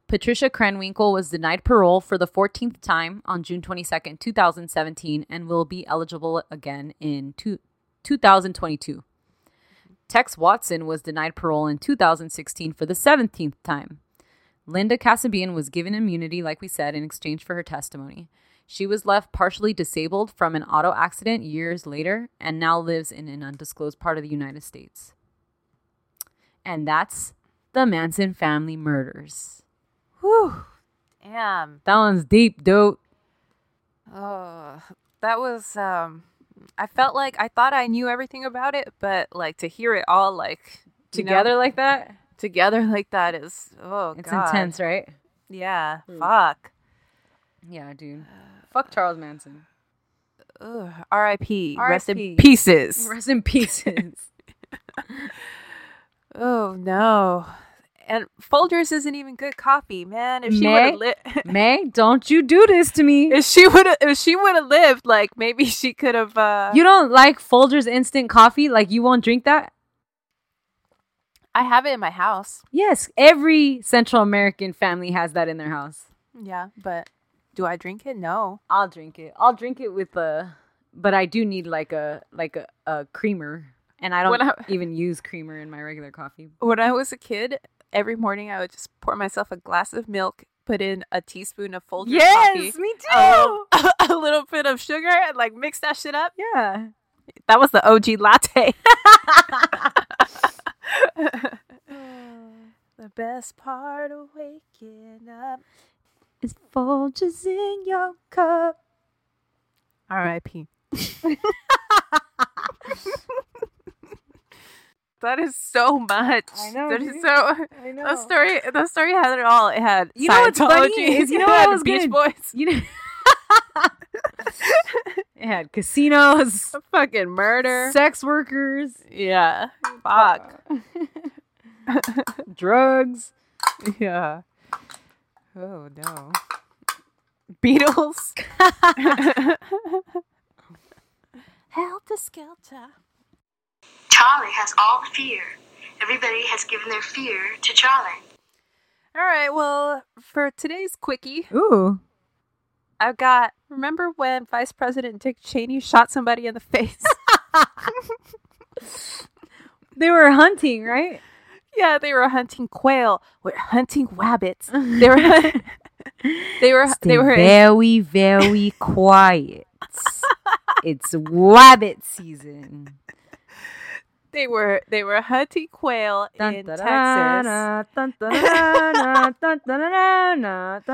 Patricia Krenwinkel was denied parole for the 14th time on June 22nd, 2017, and will be eligible again in two, 2022. Tex Watson was denied parole in 2016 for the 17th time. Linda Kasabian was given immunity, like we said, in exchange for her testimony. She was left partially disabled from an auto accident years later and now lives in an undisclosed part of the United States. And that's the Manson family murders.
Whew. Damn.
That one's deep, dude.
Oh, that was. um I felt like I thought I knew everything about it, but like to hear it all like you know,
Together like that?
together like that is oh,
It's
God.
intense, right?
Yeah. Fuck.
Yeah, dude. Fuck Charles Manson.
Ugh. R.I.P. Rest in
R.I.P..
pieces.
Rest in pieces.
Oh no. And Folgers isn't even good coffee, man. If she would
Meh.
have li-
Meg, don't you do this to me.
if she would if she would have lived, like maybe she could have uh
You don't like Folger's instant coffee? Like, you won't drink that?
I have it in my house.
Yes, every Central American family has that in their house.
Yeah, but do I drink it? No.
I'll drink it. I'll drink it with a, but I do need like a like a, a creamer, and I don't
When I-
even use creamer in my regular coffee.
When I was a kid, every morning I would just pour myself a glass of milk, put in a teaspoon of Folgers coffee,
me too. Um,
a, Um, a little bit of sugar, and like mix that shit up.
yeah.
That was the OG latte. the best part of waking up
It's Folgers in your cup.
R.I.P. that is so much.
I know,
That is
dude.
so.
I know.
That story. That story had it all. It had
You know what's funny
Scientology,
is you
it
know what I
had
was
Beach
gonna-
Boys.
You know. it had casinos,
Fucking murder.
sex workers,
yeah. Fuck.
drugs.
Yeah. Oh no. Beatles. Helter Skelter.
Charlie has all the fear. Everybody has given their fear to Charlie.
All right. Well, for today's quickie,
Ooh.
I've got. Remember when Vice President Dick Cheney shot somebody in the face?
They were hunting, right?
yeah, they were hunting quail. We're hunting rabbits. They were. they were.
Stay
they were.
very, very quiet. it's rabbit season.
They were. They were hunting quail in Texas.
That's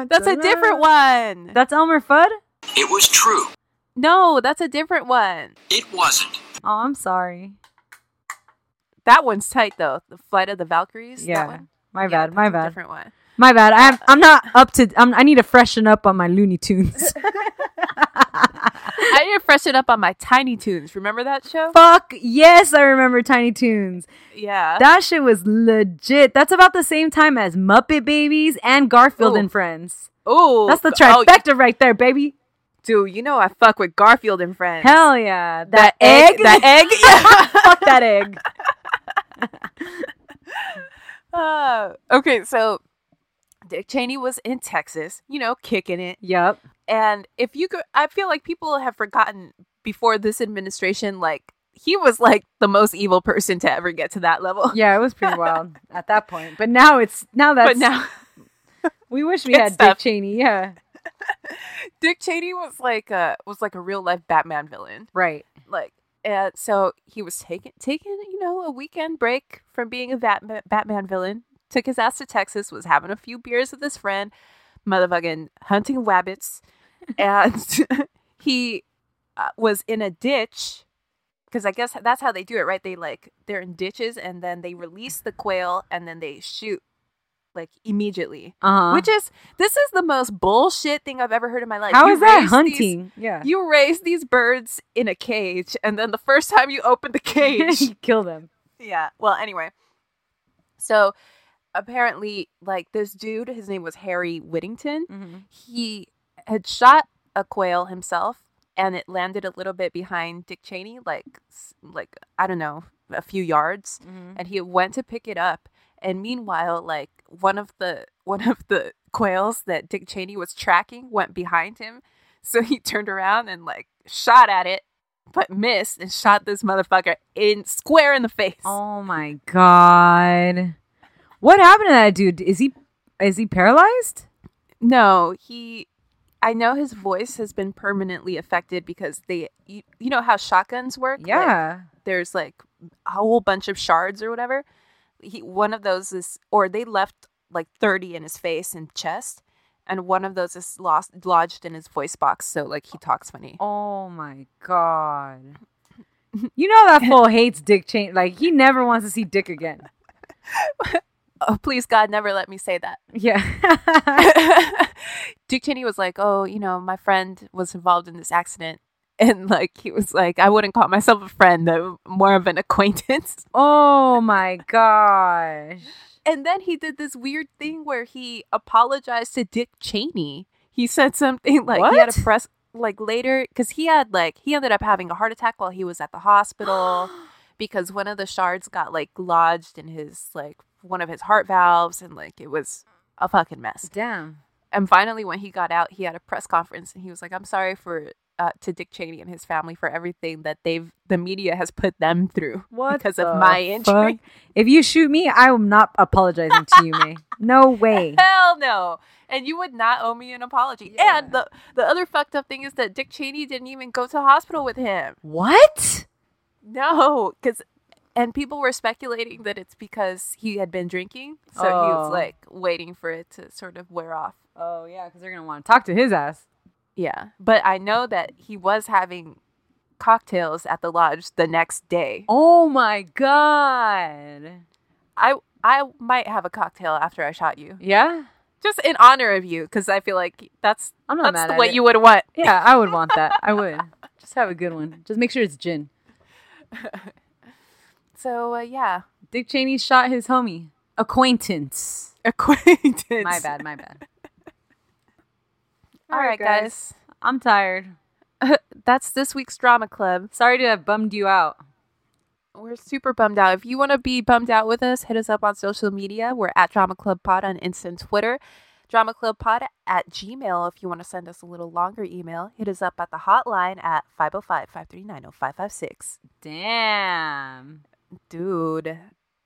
That's a different one.
That's Elmer Fudd?
It was true.
no, that's a different one.
It wasn't.
Oh, I'm sorry.
That one's tight though. The Flight of the Valkyries. that
Yeah.
one?
My
Yeah,
bad. My
that's a
bad.
Different one.
My bad. I have, I'm not up to. I'm, I need to freshen up on my Looney Tunes.
I need to freshen up on my Tiny Toons. Remember that show?
Fuck yes, I remember Tiny Toons.
Yeah.
That shit was legit. That's about the same time as Muppet Babies and Garfield
Ooh.
and Friends.
oh,
That's the trifecta right there, baby.
dude, you know I fuck with Garfield and Friends.
Hell yeah.
that
That,
egg,
egg.
that egg.
Fuck that egg.
Uh, okay, so Dick Cheney was in Texas, you know, kicking it.
Yep.
And if you could, I feel like people have forgotten before this administration, like, he was like the most evil person to ever get to that level.
Yeah, it was pretty wild at that point. But now it's now that's
but now
we wish we
good
had
stuff.
Dick Cheney. Yeah.
Dick Cheney was like a was like a real life Batman villain.
Right.
Like, and so he was taking taking you know a weekend break from being a Batman, Batman villain. Took his ass to Texas. Was having a few beers with his friend, motherfucking hunting wabbits, and he uh, was in a ditch because I guess that's how they do it, right? They like they're in ditches and then they release the quail and then they shoot like immediately.
Uh-huh.
Which is this is the most bullshit thing I've ever heard in my life.
How
You
is that
raise these-
hunting? yeah.
you raise these birds in a cage, and then the first time you open the cage,
kill them.
yeah. Well, anyway, so apparently, like this dude, his name was Harry Whittington. He had shot a quail himself, and it landed a little bit behind Dick Cheney, like s- like I don't know, a few yards and he went to pick it up and meanwhile like one of the one of the quails that dick cheney was tracking went behind him so he turned around and like shot at it but missed and shot this motherfucker in square in the face
Oh my god. What happened to that dude? Is he is he paralyzed?
no he i know his voice has been permanently affected because they you, you know how shotguns work Like,
Yeah.
there's like a whole bunch of shards or whatever. He one of those is or they left like 30 in his face and chest and one of those is lost lodged in his voice box so like he talks funny.
Oh my god. You know that fool hates Dick Cheney. Like he never wants to see Dick again.
Oh please God never let me say that.
Yeah.
Dick Cheney was like, "Oh, you know, my friend was involved in this accident." And like he was like, "I wouldn't call myself a friend, I'm more of an acquaintance."
oh my gosh.
And then he did this weird thing where he apologized to Dick Cheney. He said something like he had a
What?
press like later because he had like he ended up having a heart attack while he was at the hospital because one of the shards got like lodged in his like one of his heart valves and like it was a fucking mess.
Damn.
And finally, when he got out, he had a press conference and he was like, "I'm sorry for." Uh, to Dick Cheney and his family for everything that they've the media has put them through
What
because
the
of my injury.
fuck? If you shoot me, I am not apologizing to you, May. No way.
Hell no. And you would not owe me an apology. And the, the other fucked up thing is that Dick Cheney didn't even go to the hospital with him.
What?
No, because and people were speculating that it's because he had been drinking, so he was
Oh.
like waiting for it to sort of wear off.
Oh yeah, because they're gonna want to talk to his ass.
Yeah, but I know that he was having cocktails at the lodge the next day.
Oh my god.
I I might have a cocktail after I shot you,
Yeah,
just in honor of you, because I feel like that's
I'm
that's
not mad at
what
it.
you would want.
Yeah, I would want that. I would. Just have a good one. Just make sure it's gin.
So uh, yeah,
Dick Cheney shot his homie acquaintance.
acquaintance.
My bad. My bad.
All right, guys.
I'm tired.
That's this week's drama club.
Sorry to have bummed you out.
We're super bummed out. If you want to be bummed out with us, hit us up on social media. We're at Drama Club Pod on Insta and Twitter. Drama Club Pod at Gmail if you want to send us a little longer email. Hit us up at the hotline at 505 539 0556.
Damn.
Dude,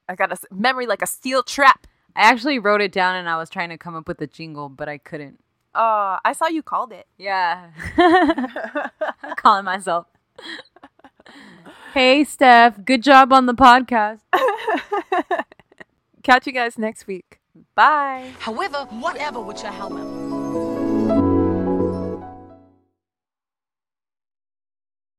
I got a s- memory like a steel trap.
I actually wrote it down and I was trying to come up with a jingle, but I couldn't.
Uh, I saw you called it.
Yeah. Calling myself. hey, Steph. Good job on the podcast.
Catch you guys next week.
Bye.
However, whatever with your helmet.